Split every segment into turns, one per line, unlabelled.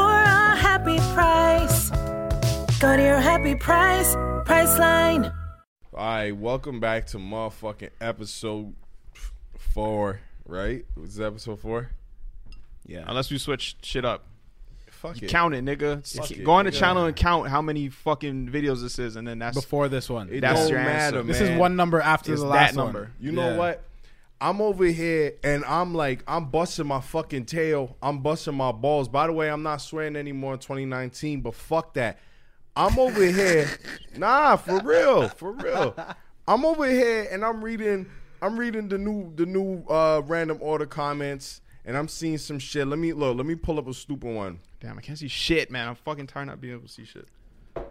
a happy price. Go to your happy price, Priceline.
All right, welcome back to motherfucking episode f- four, right? Was this episode four?
Unless we switch shit up.
Fuck
You
it.
count it, nigga.
Fuck
Just
it,
Go on the
nigga.
channel and count how many fucking videos this is, and then that's
before this one.
It
That's
don't
your
matter,
answer.
man.
this is one number after
It's
the
that
last
number.
One.
You know
Yeah.
what? I'm over here and I'm like, I'm busting my fucking tail. I'm busting my balls. By the way, I'm not swearing anymore in 2019, but fuck that. I'm over here. Nah, for real. For real. I'm over here and I'm reading I'm reading the new the new uh random order comments and I'm seeing some shit. Let me look, let me pull up a stupid one.
Damn, I can't see shit, man. I'm fucking tired of not being able to see shit.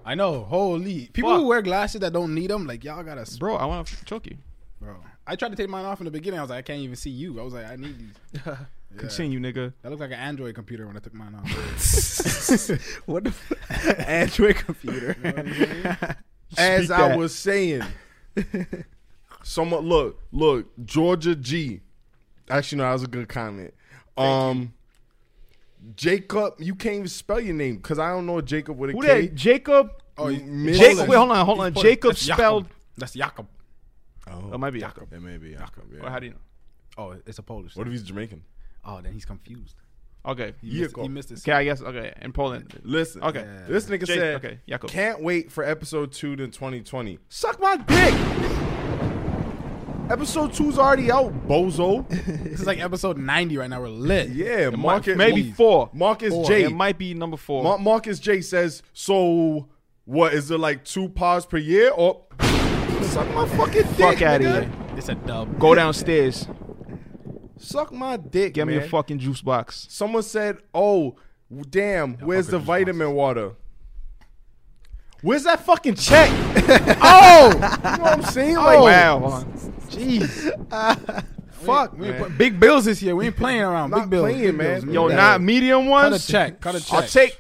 I know. Holy people
Fuck.
who wear glasses that don't need them, like y'all gotta, s-
Bro, I want to choke you.
bro. I tried to take mine off in the beginning. I was like, I can't even see you. I was like, I need these.
Continue, nigga.
That looked like an Android computer when I took mine off.
What the f- Android computer?
As
Speak
I
that.
was saying, someone look, look, Georgia G. Actually, no, that was a good comment. Um, Jacob, you can't even spell your name because I don't know Jacob with a
Who
K.
that? Jacob.
Oh,
Jacob. Wait, hold on, hold on. Jacob
That's Jakob.
spelled.
That's Jakob.
Oh,
It might be Jacob.
It may be Jacob. yeah.
Or how do you know?
Oh, it's a Polish.
What if
thing.
he's Jamaican?
oh, then he's confused.
Okay.
He missed,
Jakob.
he missed his.
Okay, I guess. Okay, in Poland.
Listen,
Okay.
This nigga
Jake-
said,
okay, Jacob.
can't wait for episode two to 2020. Suck my dick. episode two's already out, bozo.
This is like episode ninety right now. We're lit.
Yeah,
Marcus,
Marcus.
maybe
Please.
four.
Marcus
Four.
J.
It might be number four.
Mar- Marcus J says, so what is it like two pods per year or suck my fucking dick?
Fuck out of
nigga.
here.
It's a dub.
Go downstairs.
Suck my dick.
Get me a
man.
fucking juice box.
Someone said, oh, w- damn, where's the vitamin water? Where's that fucking check? oh, you know what I'm saying? Like,
Oh, wow. hold on. Jeez.
fuck,
We ain't
man.
pl- big bills this year. We ain't playing around.
Not
big bills.
playing,
big
man.
bills.
Yo,
Yeah.
not medium
Cut a
ones.
check. Cut a check.
I'll take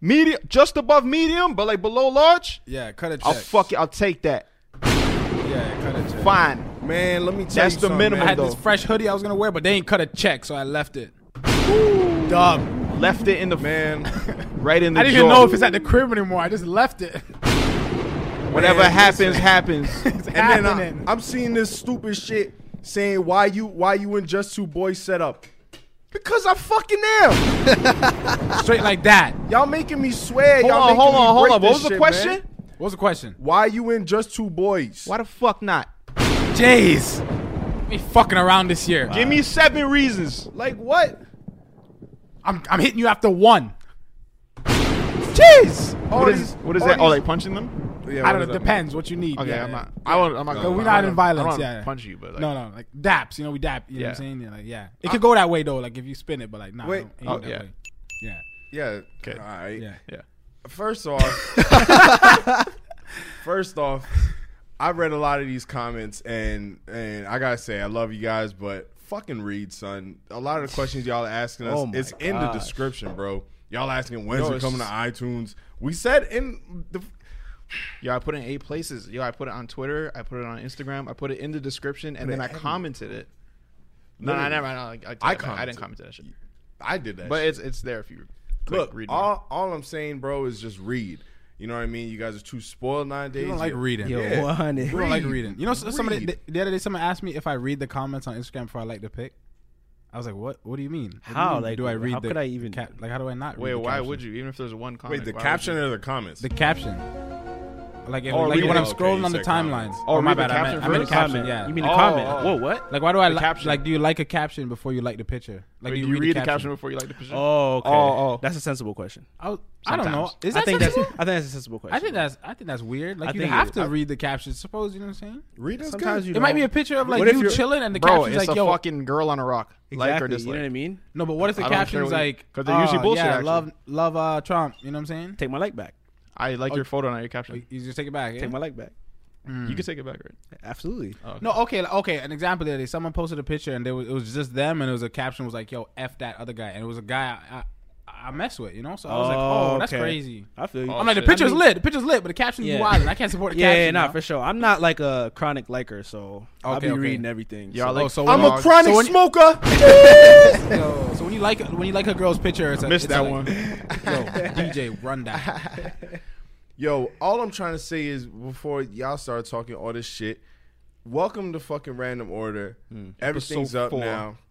medium, just above medium, but like below large.
Yeah, cut a check.
I'll fuck it. I'll take that.
Yeah, cut a check.
Fine.
Man, let me tell
That's
you
the
something,
minimum,
I
man.
had this
though.
fresh hoodie I was gonna wear, but they ain't cut a check, so I left it. Dub.
Left it in the
Man,
right in the.
I didn't
drawer.
even know if it's at the crib anymore. I just left it.
Whatever
Man,
happens, happens.
It's
and
happening.
then I, I'm seeing this stupid shit saying why you why you in just two boys set up because I fucking am.
Straight like that.
Y'all making me swear.
hold
Y'all
on,
making
hold
me
on, hold
break
on. What
this
was the
shit,
question?
man.
What was the question?
Why you in just two boys?
Why the fuck not?
Jays. Me fucking around this year.
Give me seven reasons.
Like what?
I'm, I'm hitting you after one.
Jeez.
All
What is
these-
what is
all
that? Oh,
these-
like punching them?
Yeah,
I
what
don't
is
know.
that?
Depends what you need.
Okay,
Yeah.
I'm not. I won't. I'm not.
But
gonna-
we're
I'm
not
gonna-
in violence.
I don't
yeah.
punch you, but like,
no, no, like daps. You know we dap. You know what
Yeah.
I'm saying? Yeah, like yeah. It could go that way though. Like if you spin it, but like nah.
Wait.
don't- ain't go
Oh,
that
yeah.
way. Yeah.
Yeah.
Okay.
All right.
Yeah.
Yeah.
First off, first off, I read a lot of these comments, and and I gotta say, I love you guys, but fucking read, son. A lot of the questions y'all are asking us,
Oh my
it's in the description, bro. Y'all asking when's
Yo,
it
it's
coming to iTunes? We said in the
Yo, I put it in eight places. Yo, I put it on Twitter. I put it on Instagram. I put it in the description, and then I commented it. No, I never. I, I, I, I didn't
commented.
comment to that shit.
I did that.
But
shit.
it's it's there if you click
Look,
read. more.
all, all I'm saying, bro, is just read. You know what I mean? You guys are too spoiled nowadays.
You don't like
Yeah.
reading.
Yo,
Yeah.
100.
You don't like
Read.
reading. You know, so- somebody
Read.
the, the other day, someone asked me if I read the comments on Instagram before I like the pic. I was like, "What? What do you mean? What do you
How?
mean?
Like,
do I
how
read? the,
could I even-
the cap- like? How do I not?
Wait,
read the
why
caption?
would you? Even if there's one comment.
Wait, the
why would
caption
you?
or the comments?
The caption. Like, if,
Or
like
Oh, read
when
it.
I'm scrolling on the
Okay,
timelines. Oh,
comment.
Oh,
Or
my
read the
bad. I meant,
caption
I meant
first?
the caption.
Comment.
Yeah.
You mean
Oh,
a comment?
oh.
Whoa, what?
like, why do I
the
li-
caption.
like? Do you like a caption before you like the picture? Like,
Wait,
do
you read the caption before you like the picture?
Oh, okay.
Oh, oh.
That's a sensible question.
I, was- Oh, I don't know.
Sometimes.
Is
I
that
think
sensible?
that's I think that's a sensible question.
I think that's I think that's weird. Like
I
you
think
have
it-
to
I-
read the captions. Suppose you know what I'm saying.
Read us
sometimes you
It might
don't-
be a picture of like
What if
you
you're-
chilling and the
Bro,
captions
it's
like
a
yo.
fucking girl on a rock. Like or
exactly.
dislike.
You know what I mean?
no, but what if the
I don't care
captions
what you-
like
'cause they're usually
oh,
bullshit,
Yeah,
actually.
love love uh, Trump. You know what I'm saying?
Take my like back.
I like your photo, not your caption.
You just take it back. yeah?
Take my like back.
You can take it back, right?
Absolutely.
No, okay, like, okay. An example the other day, someone posted a picture and there was, it was just them, and it was a caption was like, "Yo, f that other guy," and it was a guy I, I, I mess with, you know. So I was like, "Oh, that's
okay.
crazy."
I feel you.
I'm like, the picture's lit, the picture's lit, but the caption
Yeah.
is wild, and I can't support the
yeah,
caption.
yeah,
you
nah,
know?
for sure. I'm not like a chronic liker, so I'll
Okay,
be
okay.
reading everything.
Yeah, I
so-
like.
Oh, so
I'm
when-
a cr-
Chronic
So when-
smoker.
Yo, so when you like when you like a girl's picture, it's a,
Missed
it's
that
like,
one.
Yo, DJ, run that.
Yo, all I'm trying to say is before y'all start talking all this shit, welcome to fucking random order.
Hmm.
Everything's
Episode
up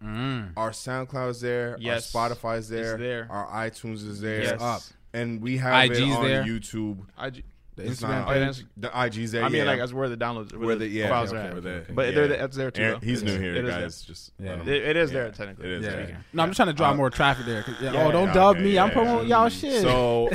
four.
now. Our SoundCloud's there.
Mm. Yes.
Our Spotify's there.
It's there.
Our iTunes is there.
Yes. Up.
And we have it
IG's
on
there.
YouTube.
IG.
The
It's
Instagram
not-
page.
it's- the IG's there.
I mean,
yeah.
like that's where the downloads,
where the yeah,
files
okay,
are
okay,
at.
okay, okay.
But they're that's there too.
Aaron-
though.
he's new here,
It is
guys. Just let him-
there. It, it is there
Yeah.
technically.
It is
Yeah. Uh,
there.
Speaking.
No, I'm just trying to draw more traffic there. 'cause- yeah, oh, don't
Yeah,
dub
okay,
me. I'm
yeah,
promoting
yeah.
y'all shit.
So,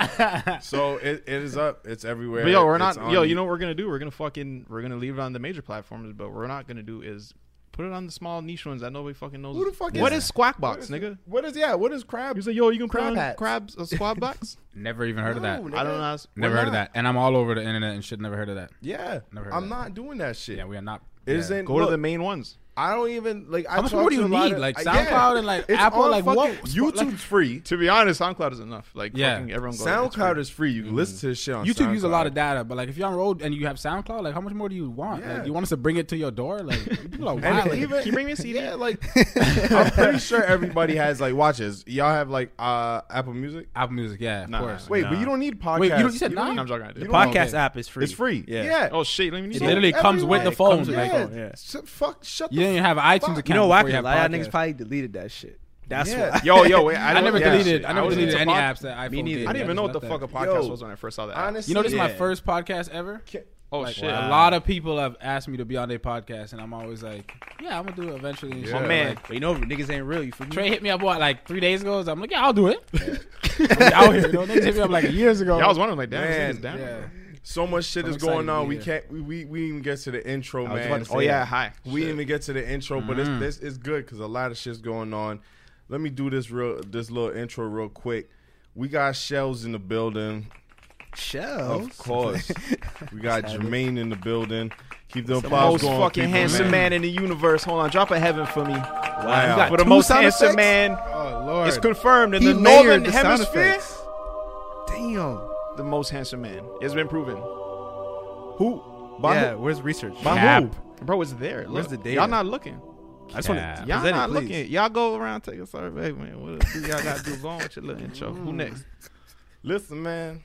um, so it, it is up. It's everywhere.
But yo, we're
It's
not.
on-
Yo, you know what we're gonna do? We're gonna fucking. We're gonna leave it on the major platforms, but we're not gonna do is put it on the small niche ones that nobody fucking knows.
Who the fuck
What
is-
is Squawk Box,
What is-
nigga?
What is yeah? What is crab?
You say, yo, you can put
Crab
on
hats.
crabs a Squawk Box?
never even heard of that.
No,
I don't know.
nigga.
how it's-
Never
Why
heard of
not?
that. And I'm all over the internet and shit. Never heard of that.
Yeah,
Never heard of
I'm
that.
not doing that shit.
Yeah, we are not.
Isn't
yeah.
Go
look,
to the main ones.
I don't even like. I
How much
talk
more do
to
you
a lot
need?
of-
Like,
I-
SoundCloud and, like,
It's
Apple,
on
like,
fucking-
what-
YouTube's
like-
free.
To be honest, SoundCloud is enough. Like
Yeah.
fucking everyone. Goes, it's free.
SoundCloud is free. You can listen to this shit on
Mm-hmm. YouTube use a lot
SoundCloud.
of data, but like if you're on road and you have SoundCloud, like how much more do you want?
Yeah.
Like you want us to bring it to your door? Like people are
And
wild.
even,
Can you bring me a CD?
Yeah, like I'm pretty sure everybody has like watches. Y'all have like uh Apple Music.
Apple Music, yeah, of
Nah,
course.
Wait,
Nah.
but you don't need podcasts.
Wait, you, don't- you said
don't
nah?
I'm joking. I did.
You don't-
podcast
Okay.
app is free.
It's free. Yeah.
Oh shit! Let me.
It
know.
literally comes with the
everywhere.
phone.
Yeah.
like, oh, yeah.
S- Fuck. Shut. the
You didn't even have an iTunes
Fuck.
account.
You know why?
before
'Cause
had
a lot of
podcast.
niggas probably deleted that shit. That's
Yeah.
why.
Yo, yo, wait! I,
I
don't-
never
yeah.
deleted. I never
was
deleted
into
any
pod-
apps that iPhone
Me neither.
did.
I didn't even know what the
just left
fuck a
that.
podcast
Yo.
was when I first saw that. app.
Honestly,
You know, this is my
yeah.
first podcast ever.
Oh
Like,
shit!
A lot of people have asked me to be on their podcast, and I'm always like, "Yeah, I'm gonna do it eventually." And shit.
Yeah.
But,
Man,
like,
but you know niggas ain't real. You feel me?
Trey hit me up what like three days ago. So I'm like, "Yeah, I'll do it." I'm out here, you know, niggas hit me up like years ago.
Yeah, I was wondering, like, damn,
Man,
this nigga's down.
Yeah.
So much shit
I'm
is
excited
going
to
on.
be
We
here.
can't. We, we we didn't even get to the intro,
was
man.
about to say Oh, yeah, that. hi.
We
Shit.
didn't even get to the intro, but
Mm-hmm.
it's, this is good because a lot of shit's going on. Let me do this real this little intro real quick. We got shells in the building,
Oh,
Shells.
of course. we got Jermaine in the building. Keep the applause
Most
going.
fucking
people,
handsome man in the universe. Hold on, drop a heaven for me.
Wow.
For the
Two
most
sound
handsome
effects?
man,
Oh lord.
it's confirmed in
He
the
layered
northern
the sound
hemisphere.
effects. Damn.
The most handsome man. It's been proven.
Who? By
yeah,
who?
where's research?
By who?
Bro, it's there. Look.
Where's the data?
Y'all not looking.
I just want
Yeah.
to
Y'all
present
not
it, please.
looking. Y'all go around take a survey, man. What do y'all got to do? Go on with your little intro. Who next?
Listen, man.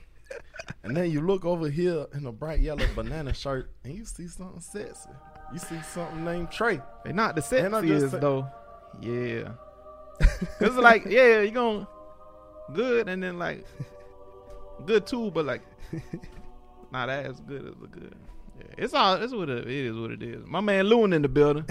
And then you look over here in a bright yellow banana shirt, and you see something sexy. You see something named Trey.
They not the
And I'm just
sexiest
saying-
though. Yeah. Cause like, yeah, you going good and then like good too, but like not as good as the good. Yeah, it's all it's what it, it is what it is. My man Loon in the building.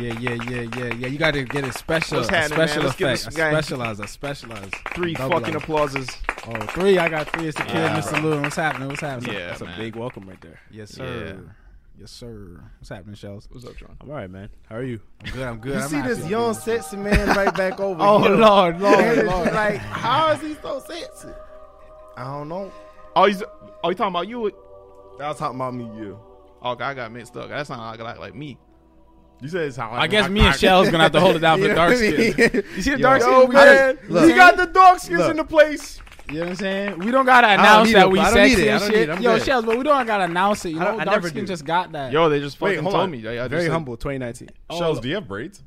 Yeah, yeah, yeah, yeah, yeah. You got to get it special,
What's
a
happening, man?
special
Let's give
effect,
this
a
guy-
specialized, a specialized.
Three
Double
fucking
up.
applauses.
Oh, three. I got three. It's the kid,
Yeah,
Mr. Lou. What's happening? What's happening?
Yeah,
That's
man.
a big welcome right there.
Yes, sir. Yes, sir. What's happening, Shells?
What's up, John?
I'm all right, man. How are you?
I'm good. I'm good.
You
I'm
see
happy.
this young sexy man right back over
Oh
here.
lord,
And
lord,
it's
lord.
like, how is he so sexy? I don't know.
Oh, you oh you talking about you?
I was talking about me, you.
Oh, God, I got mixed up. That's not like like, like me.
You said it's how
I guess me and Shell's gonna have to hold it down for the dark skin. You see the dark skin?
Yo,
We
man,
don't-
we got the dog skins in the place.
You know what I'm saying? We don't gotta announce
need
that
it,
we
I don't need
sexy
it, I
and
don't need
shit.
it, I'm
Yo,
good.
Shells, but we don't gotta announce it. You
I
know,
don't- I
dark
never
skin
do.
just got that.
Yo, they just
Wait,
fucking
hold
told
on.
me. I, I just
Very
said-
humble. 2019.
Shells, do you have braids?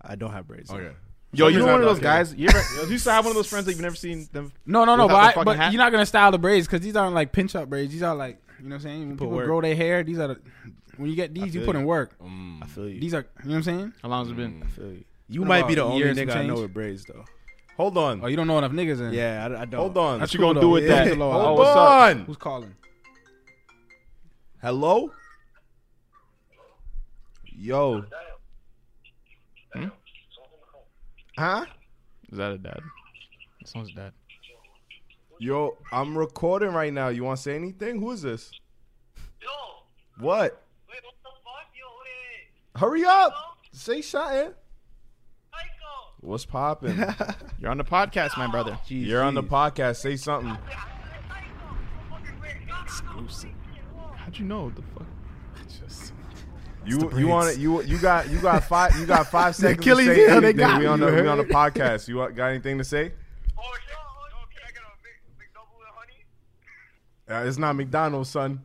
I don't have
Oh,
braids.
Okay.
Yo, you
Somebody's
know one of
out
those
there.
guys. You ever you used to have one of those friends that you've never seen them.
No, no, no.
Without
But,
the
I,
fucking
but
hat?
you're not gonna style the braids because these aren't like pinch up braids. These are like you know what I'm saying. When people
work.
grow their hair, these are the, when you get these, you
feel
put in
you.
work.
I feel you.
These are you know what I'm saying.
How long has it been?
I feel you. You
What
might
about
be the only
years and
nigga I know
change?
with braids though.
Hold on.
Oh, you don't know enough niggas in.
Yeah, I, I don't.
Hold on.
What you gonna do with
Yeah.
that?
Hold
Oh, what's up?
on.
Who's calling?
Hello? Yo. Huh?
Mm, Is that a dad? This one's dad.
Yo, I'm recording right now. You want to say anything? Who is this? What? Hurry up. Say something. What's popping?
You're on the podcast, my brother.
You're on the podcast. Say something.
How'd you know the fuck?
You you want it? You you got you got five you got five seconds to
Achilles
say
heel, they
anything.
got
we on
you,
the we on the
heard?
podcast. You got anything to say? Uh, it's not McDonald's, son.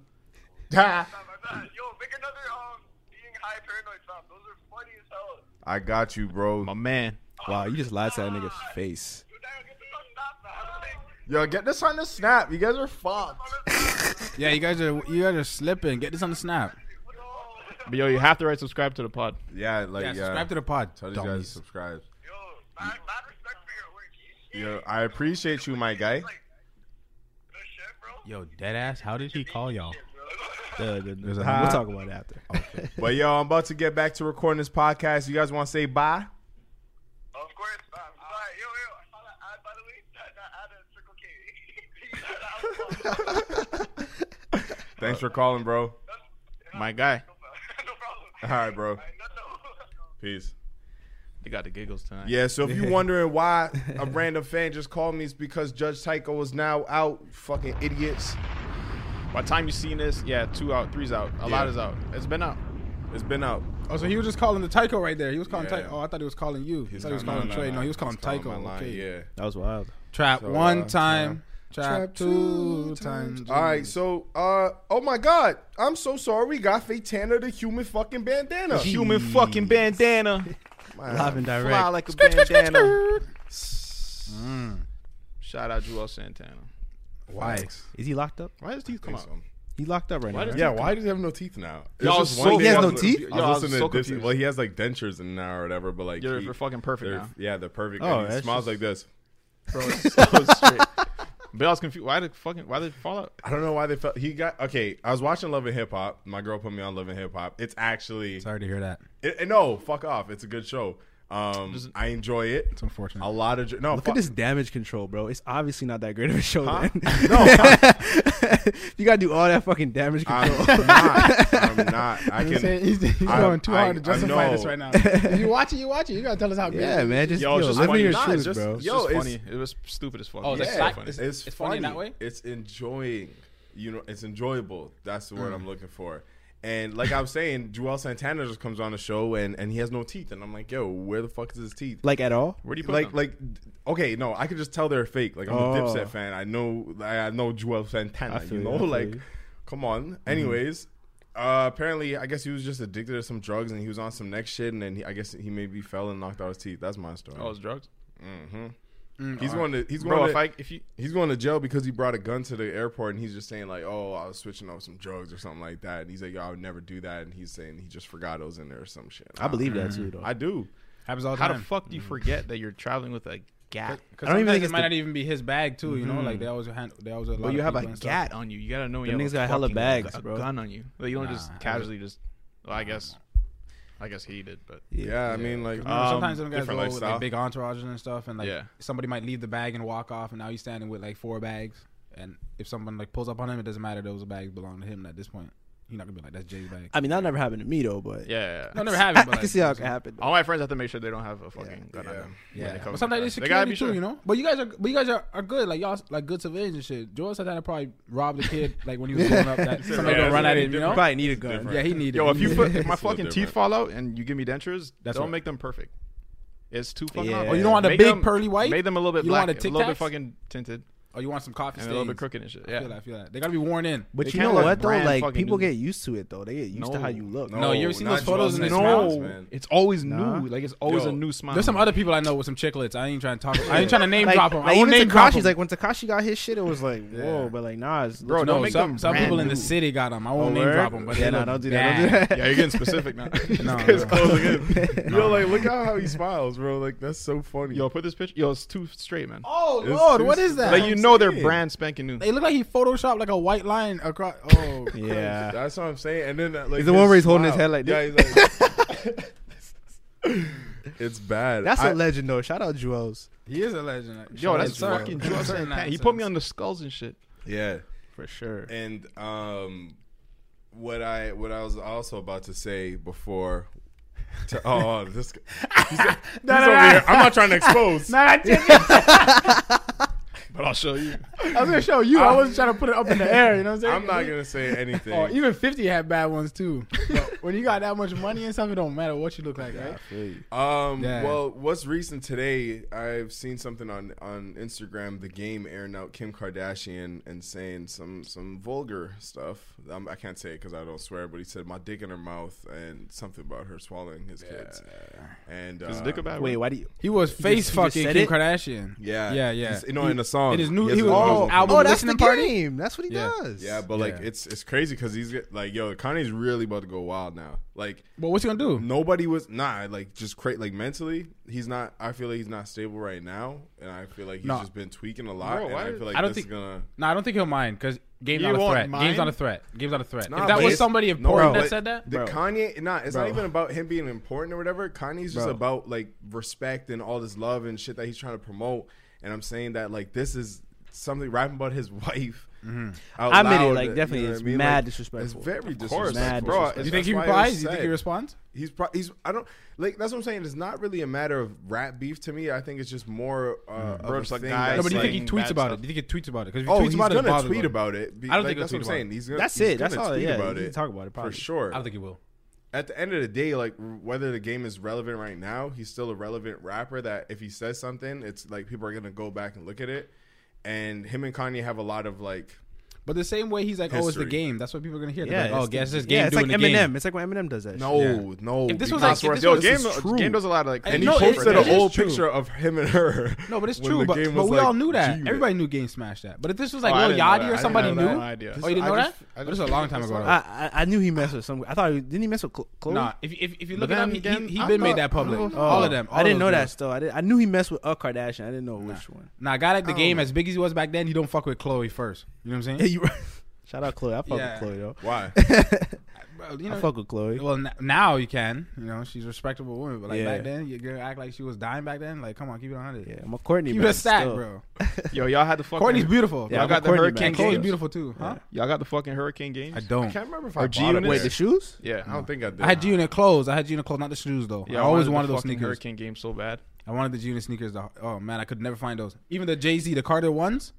I got you, bro.
My man.
Wow, you just lied to that nigga's face.
Yo, get this on the snap. You guys are fucked.
Yeah, you guys are you guys are slipping. Get this on the snap.
But yo, you have to write subscribe to the pod.
Yeah, like
Yeah,
yeah.
subscribe to the pod.
Tell these guys to
dummies.
subscribe. Yo, I appreciate you, my guy.
Yo, dead ass. How did he call y'all?
we'll talk about it after.
But yo, I'm about to get back to recording this podcast. You guys want to say bye?
Of course, man. Sorry, yo, yo. I saw that ad, by the way. That, that ad at Circle K.
Thanks for calling, bro.
My guy.
no problem.
All right, bro.
No, no.
Peace.
They got the giggles tonight.
Yeah, so if you're wondering why a random fan just called me, it's because Judge Tycho is now out. Fucking idiots.
By the time you seen this, yeah, two out, three's out. A lot
Yeah.
is out. It's been out.
It's been out.
Oh, so he was just calling the Tycho right there. He was calling
Yeah.
Tycho. Oh, I thought he was calling you. I thought he was calling Trey. No, he was calling
He's
Tycho.
my line,
Okay.
Yeah.
That was wild.
Trap
So,
one
uh,
time. Trap,
Trap
two times.
All right, so uh, oh my God, I'm so sorry. We got Fatana the human fucking bandana.
Human fucking bandana.
Live and direct.
Fly like a bandana. Shout out Joel Santana.
Why?
Is he locked up?
Why does teeth come out?
He locked up right now.
does
right?
Yeah, why does he have no teeth now? It's
Y'all
just
so
one day
He has
I
no
was-
teeth?
I
Y'all
was listening
so
to this.
confused.
Well, he has like dentures in now or whatever, but like
You're
he-
you're fucking perfect
they're-
now.
Yeah, they're perfect.
Oh,
and he
that's
smiles
just-
like this.
Bro, it's so straight. But I was confused. Why did fucking why did fall out?
I don't know why they felt he got okay. I was watching Love and Hip Hop. My girl put me on Love and Hip Hop. It's actually
Sorry to hear that.
it, it- no fuck off. It's a good show. Um, I enjoy it. It's
unfortunate.
A lot of dr- no.
Look
fuck-
at this damage control, bro. It's obviously not that great of a show. Then.
No,
you gotta do all that fucking damage
I'm
control.
not. I'm not. I
He's,
can.
he's, he's
I-
going too
I-
hard to
I
justify
know.
this right now. If you watch it, you watch it. You gotta tell us how. bad
yeah,
it is.
man. Just,
Yo, it's
yo,
just
live in
funny.
your
Nah,
shoes,
just-
bro.
It's
Yo,
just
it's-
funny. It was stupid as fuck.
Oh, it's
yeah.
like side-
funny.
it's-
It's,
funny in that way?
It's enjoying. You know, it's enjoyable. That's the word I'm looking for. And like I was saying, Joel Santana just comes on the show and, and he has no teeth, and I'm like, yo, where the fuck is his teeth?
Like at all?
Where do you put
like
them?
like d- okay, no, I could just tell they're fake. Like I'm
Oh.
a Dipset fan. I know I I know Joel Santana. You
feel you,
know,
I feel
like
you.
come on. Anyways. Uh, apparently, I guess he was just addicted to some drugs, and he was on some next shit, and then he, I guess he maybe fell and knocked out his teeth. That's my story.
oh, it's drugs.
he's going to he's going
Bro,
to
if I if you
He's going to jail because he brought a gun to the airport and he's just saying like, "Oh, I was switching up some drugs or something like that." And he's like, "Yo, I would never do that." And he's saying he just forgot it was in there or some shit.
I believe that too, though.
I do.
happens all the
how
time.
the fuck do you forget that you're traveling with a gat?
Cause
I don't
sometimes
even
it
think it's
might
the-
not even be his bag too. You know, like they always hand, they always. A lot
But you
of
have a
people and stuff.
gat on you. You gotta know you
Them
have
niggas
a
got hella
fucking-
bags,
a
bro.
gun on you. Like, you don't
Nah, I
just casually just. Well, I guess. I guess he did, but
Yeah, I mean like um,
You know, sometimes some guys go
different
with
lifestyle.
like big entourages and stuff, and like
Um, Yeah.
somebody might leave the bag and walk off, and now he's standing with like four bags. And if someone like pulls up on him, it doesn't matter; those bags belong to him. At this point, he's not gonna be like, "That's Jay's bag."
I mean, that never happened to me though, but
yeah.
I'll never
I,
have it. But,
I
like,
can see how it could happen.
All my friends have to make sure they don't have a fucking gun on
yeah.
them. when
Yeah,
they come
but sometimes
in.
they
They gotta
security
be
too,
sure.
you know. But you guys are, but you guys are, are good, like y'all like good civilians and shit. Joel said that probably robbed a kid like when he was growing up. That somebody
Yeah,
gonna run
it's
at him, you know?
Probably need a gun.
Yeah, he needed.
Yo, if you put if my
It's a little
fucking teeth
different.
fall out and you give me dentures,
That's
don't
right.
make them perfect. It's too fucking.
Yeah.
obvious.
Oh, you
don't want a
Make
big
them-
pearly white?
Make them a little bit
You don't
black,
want a
a little bit
Tic Tacs?
fucking tinted.
Oh, you want some
and
coffee
a
stains?
little bit crooked and shit.
I
Yeah.
feel that. I feel that. They gotta be worn in.
But
They
you
kinda
know
look
what though?
brand
Like
fucking
people
new.
get used to it though. They get used to how you look.
No, you ever seen those
not
photos
yours,
in the
not
smiles,
yours,
No,
man.
it's always
Nah.
new. Like it's always
Yo,
a new smile.
There's some other people I know with some chicklets. I ain't trying to talk. I ain't trying to name
Like,
drop them.
like
I won't
even
name drop
Takashi's.
'em.
Like when Takashi got his shit, it was like whoa. But like nah, it's
Bro,
looks
don't
no,
make
some
them
some
brand
people in the
new.
city got them. I won't
Oh,
name
word?
drop them. But
Yeah,
they
nah,
look
don't do that, don't do
bad.
that.
Yeah, you're getting specific now.
No,
It's
no.
closing in.
Yo, like look at how he smiles, bro. Like that's so funny.
Yo, put this picture. Yo, it's too straight, man.
Oh Lord,
too
what is that?
like you know, they're
saying.
brand spanking new.
They look like he photoshopped like a white line across. Oh,
Yeah.
that's what I'm saying. And then that, like
He's the one
his
where he's holding his
smile.
head like
Yeah, he's like. it's bad.
That's
I-
a legend though. Shout out Jewels.
he is a legend. like,
Yo,
shit,
that's
sir.
fucking Joel
Sir,
Santana. He
nonsense.
put me on the skulls and shit.
yeah.
For sure.
And um, what I what I was also about to say before. To, oh, oh, this. guy- He's, he's over here. I'm not trying to expose.
But I'll show you.
I was gonna show you. I wasn't trying to put it up in the air. You know what I'm saying?
I'm not gonna say anything.
Oh, even 50 had bad ones too. But when you got that much money and something, it don't matter what you look like, right?
Um.
Yeah.
Well, what's recent today? I've seen something on on Instagram, the game airing out Kim Kardashian and saying some some vulgar stuff. Um, I can't say it because I don't swear, but he said my dick in her mouth and something about her swallowing his kids. And
Is
um,
dick about
Wait, why do you?
He was face
just
fucking
said
Kim
it?
Kardashian.
Yeah.
yeah, yeah.
He's- you know, in a song.
in his new-
has
he
a
was-
song.
oh, album
Oh, that's
listening
the
party?
game. That's what he
Yeah.
does.
Yeah, but like
Yeah.
it's it's crazy because he's get- like, yo, Kanye's really about to go wild now. Like
But what's he gonna do?
nobody was nah, like just cra like mentally, he's not. I feel like he's not stable right now, and I feel like he's
No.
just been tweaking a lot.
Bro,
and
why
I
did-
feel like
I don't
this
think-
is gonna.
No, I don't think he'll mind because game's
You
not a
won't
threat. Game's
mind?
not a threat. Game's not a threat.
Nah,
if that
but
was
it's-
somebody
no,
important
but
that said that,
the Kanye, nah, it's not even about him being important or whatever. Kanye's just
Bro.
about like respect and all this love and shit that he's trying to promote. And I'm saying that like this is something rapping about his wife. out
I admit it,
loud,
like,
you
definitely
know what
it's
I mean?
mad
Like,
disrespectful.
It's very
Of
disrespectful.
course.
Mad
Bro,
disrespectful.
do
it's-
you think he
that's why it was
replies? Do you think he
sad.
responds?
He's pro- he's I don't like that's what I'm saying. It's not really a matter of rap beef to me. I think it's just more uh, of
Bro,
a
it's like
thing
guys-
that's
No, but do you
like-
think he
saying
tweets
bad
about
stuff.
it? Do you think he tweets about it? Because if he
oh,
tweets
he's
about it,
gonna
bothers
tweet
him.
about it. Be-
I don't
like,
think he'll
that's what I'm
tweet about
saying.
it.
He's gonna,
That's
he's
it. That's
gonna
all,
Tweet
yeah,
about
he
it
can talk about
for
it, probably.
sure.
I don't think he will.
At the end of the day, like whether the game is relevant right now, he's still a relevant rapper. That if he says something, it's like people are gonna go back and look at it. And him and Kanye have a lot of like.
But the same way he's like, oh, it's the
History.
game. That's what people are gonna hear. They're
Yeah.
like, oh, guess
it's the-
this game
yeah, it's like
doing the
Eminem.
game.
It's like when Eminem does that. shit.
No,
Yeah.
no.
If this
because
was like- if
we're-
this
yo,
was-
game,
this is true.
Game does a lot of like.
And
and he
no, it-
posted
it
an
is
old
true.
picture of him and her.
No, but it's
when
true.
the
But,
game
but
was,
we
like,
all knew that.
G-rated.
Everybody knew Game Smash that. But if this was like
Oh, I
Lil
didn't know
Yachty
that. I
or
didn't
somebody
know
knew,
that. No idea.
oh, you didn't
I
know
just-
that?
I
That
just
was a
think
long
it's
time ago.
like-
though.
I, I I knew he messed with some. I thought he- didn't he mess with Chlo- Chloe?
Nah, if if, if you look
But
at him,
then
he,
again,
he, he
I
been made
thought-
that public.
Oh.
all of them. all
I didn't
those
know that
girls.
still. I, did, I knew he messed with a Kardashian. I didn't know which one.
Nah, a guy like the game, as big as he was back then, he don't fuck with Chloe first. You know what I'm
Yeah,
saying?
you right. Shout out Chloe. I fuck
Yeah.
with Chloe though.
Why?
Bro, you
I
know-
fuck with Chloe.
well, n- now you can. You know, she's a respectable woman. But like
Yeah.
back then, your girl act like she was dying back then. Like, come on, keep it on hundred.
Yeah, I'm a Courtney.
Keep it
man,
a stack,
still.
bro.
Yo, y'all had the fucking.
Courtney's beautiful.
Yeah,
Y'all
I'm
got
a
the
Courtney
hurricane
man.
Chloe's
games.
beautiful too, huh?
Y'all got the fucking hurricane games.
I don't.
can't remember if
Or
I
G
bought it.
Unit?
Wait, the shoes?
Yeah.
I don't think I did.
I had unit clothes. I had unit clothes, not the shoes though.
Yeah,
I always
the
wanted those
fucking
sneakers.
Hurricane game so bad.
I wanted the unit sneakers. Though. Oh man, I could never find those. Even the Jay Z, the Carter ones.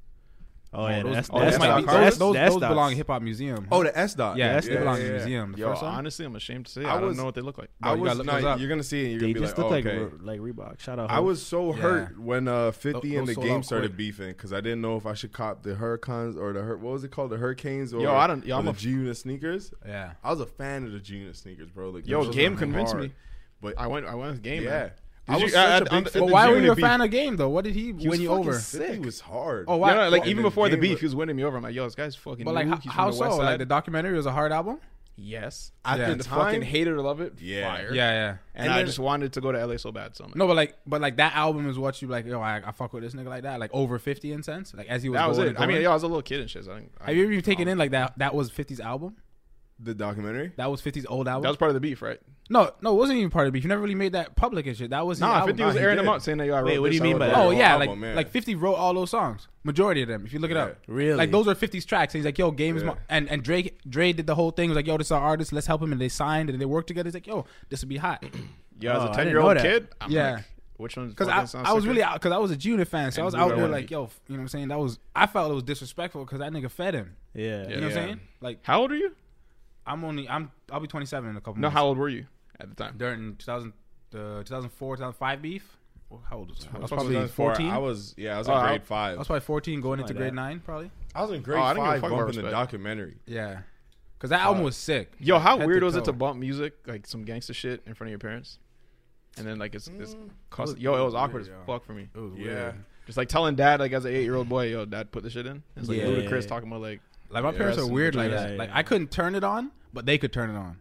Oh yeah,
those,
that's
those
that's
might
not-
be-
Carter's.
those,
that's
those,
that's
those
not-
belong in hip hop museum.
Oh, the S dot.
yeah, they
yeah,
belong in
yeah,
the
yeah.
museum. The
Yo,
first one.
honestly, I'm ashamed to say
I
I,
was-
don't know what they look like.
I
you gotta
was
look
nah,
those up.
You're gonna see it. and You're
They
gonna be
just
like,
look
oh,
like
okay.
Re- like Reebok. Shout out.
I
Hope.
was so hurt when uh 50 and
Those-
the
those sold
game
out
started
quick.
beefing because I didn't know if I should cop the Hurricanes or the Hur- what was it called the Hurricanes or
Yo, I don't- yo,
or
I'm
the
a-
G Unit sneakers.
Yeah.
I was a fan of the G Unit sneakers, bro. Like
Yo,
those were
game convinced
hard.
me.
but
I went. I went to the game.
yeah,
man.
I
Did
was
you- I-
such a
I-
big
I-
fan.
But
of
why
the
were
G
you a
Unit
fan of game though? What did he,
beef.
win you over?
He was hard.
Oh,
Oh,
why?
You know, like
And
even
the
before the
game
beef,
was-
he was winning me over. I'm like, yo, this guy's fucking.
But like,
new.
how,
He's from
how
the
so?
West
Like
Side.
the documentary was a hard album.
Yes.
At
yeah.
the
and
time-
fucking hated love it.
Yeah.
Fire.
Yeah, yeah.
Er, And,
And
I
then-
just wanted to go to LA so bad. So I'm like,
No, but like, but like that album is what you like. Yo, I, I fuck with this nigga like that. Like over fifty in cents. Like as he was.
that was
going
it.
and
I mean,
going.
yo, oh. I was a little kid and shit. So I didn't- I
have you ever been taken in like that? That was 50's album.
the documentary.
That was 50's old album.
That was part of the beef, right?
No, no, it wasn't even part of the beef. You never really made that public and shit. That was his
Nah,
album.
50 was
he
airing them
did.
out saying that yo, I wrote
Wait, what do
this,
you
I
mean
wrote
by
that.
that?
Oh yeah,
album,
like
man.
like 50 wrote all those songs. Majority of them, if you look it up.
Yeah.
Really?
Like those are 50's tracks. And he's like, yo, game is
Yeah.
my and and Drake Dre did the whole thing. He was like, yo, this is our artist. Let's help him. And they signed and they worked together. He's like, yo, this would be hot.
Yo, as
Oh, I
a
didn't
10 year old
know that.
kid, I'm
Yeah.
like, which one's
Because
fucking
I,
sound
I was
sicker?
really out because I was a Junior fan, so I was
who do
out
I
there
wanna
like,
be?
yo, f- you know what I'm saying? That was I felt it was disrespectful because that nigga fed him.
Yeah.
You know what I'm
Yeah.
saying? Like
How old are you?
I'm only I'm I'll be 27 in a couple.
No,
months.
how old were you at the time?
during 2000 uh, 2004 2005 beef? how old was I? I was
probably
probably
four.
fourteen.
I was yeah, I was
Oh,
in
I-
grade
I
five.
was probably fourteen going into
like
grade
that.
nine, probably.
I was in grade
Oh,
five
I didn't give a fuck about
bumping the
respect.
documentary.
Yeah, because that album was sick.
Yo, how
Head
weird
to
was it
toe.
to bump music like some gangster shit in front of your parents? And then like it's, it's cost, Mm. yo, it was awkward as fuck for me.
It was
Yeah.
weird.
Just like telling dad like as an eight year old boy, yo, dad put the shit in. It's like
Yeah.
ludicrous talking about like
Like my
Yeah,
parents are
that's
weird like
legit.
that.
Yeah,
Like
yeah.
I couldn't turn it on, but they could turn it on.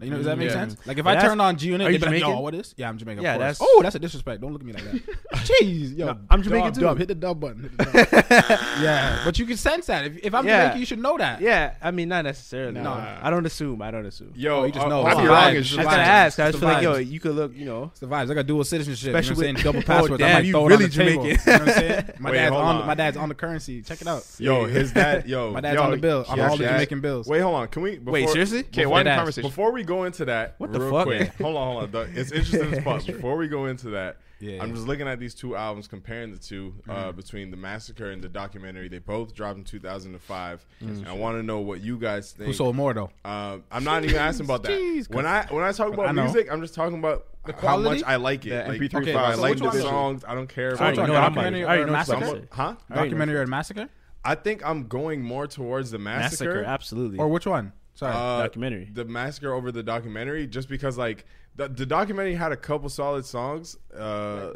You know, does that make
Yeah.
sense? Like if
But
I
that's-
turned on G Unit,
are you
they'd be like, yo,
Jamaican?
what is? Yeah, I'm Jamaican.
Yeah,
Yeah, that's
that's-
oh, that's a disrespect. Don't look at me like that. Jeez, yo,
I'm Jamaican
dub,
too.
Dub, hit the dub button. Hit the dub. yeah, but you can sense that. If, if I'm
Yeah.
Jamaican, you should know that.
Yeah, I mean, not necessarily.
Nah.
I don't assume. I don't assume.
Yo,
Oh, you just
uh,
know.
I
It's
be
the
wrong,
vibes.
it's just
I
That's vibes.
gotta
vibes.
ask. I
It's
just
the
feel like, yo,
vibes.
you could look, you know.
It's the vibes. I got dual citizenship.
Especially
you know what I'm saying?
with-
Double
Oh,
passwords. I
damn,
might
you
throw
really
it on the table. You know what I'm saying? My
Wait,
dad's
hold
on.
on.
My dad's on the currency. Check it out.
Yo, his dad. Yo,
My dad's
yo,
on the bill. I'm
yo,
all the
dad-
Jamaican bills.
Wait, hold on. Can we? Before,
Wait, seriously?
okay,
Before
why
that-
the conversation?
Before we go into that,
What the
real
fuck?
quick, hold on, hold on. The- It's interesting as fuck. Before we go into that,
Yeah,
I'm
yeah.
just looking at these two albums, comparing the 2 uh, between the massacre and the documentary. They both dropped in 2005, and I want to know what you guys think.
Who sold more though?
Uh, I'm not even asking about that.
Jeez,
when I when I talk about
I know.
music, I'm just talking about how
quality?
much I like it.
The
Like,
MP3
okay,
file.
I
So
like
which
the
one is it?
songs. I don't care.
So
about
which one?
the
No, I'm
documentary.
gonna-
I already know
or
what I'm
massacre?
about to
Someone-
say.
Huh?
I already know
Documentary or massacre?
I think I'm going more towards the massacre.
Massacre, absolutely.
Or which one? Sorry.
Uh,
Documentary.
The massacre over the documentary, just because like the, the documentary had a couple solid songs, uh,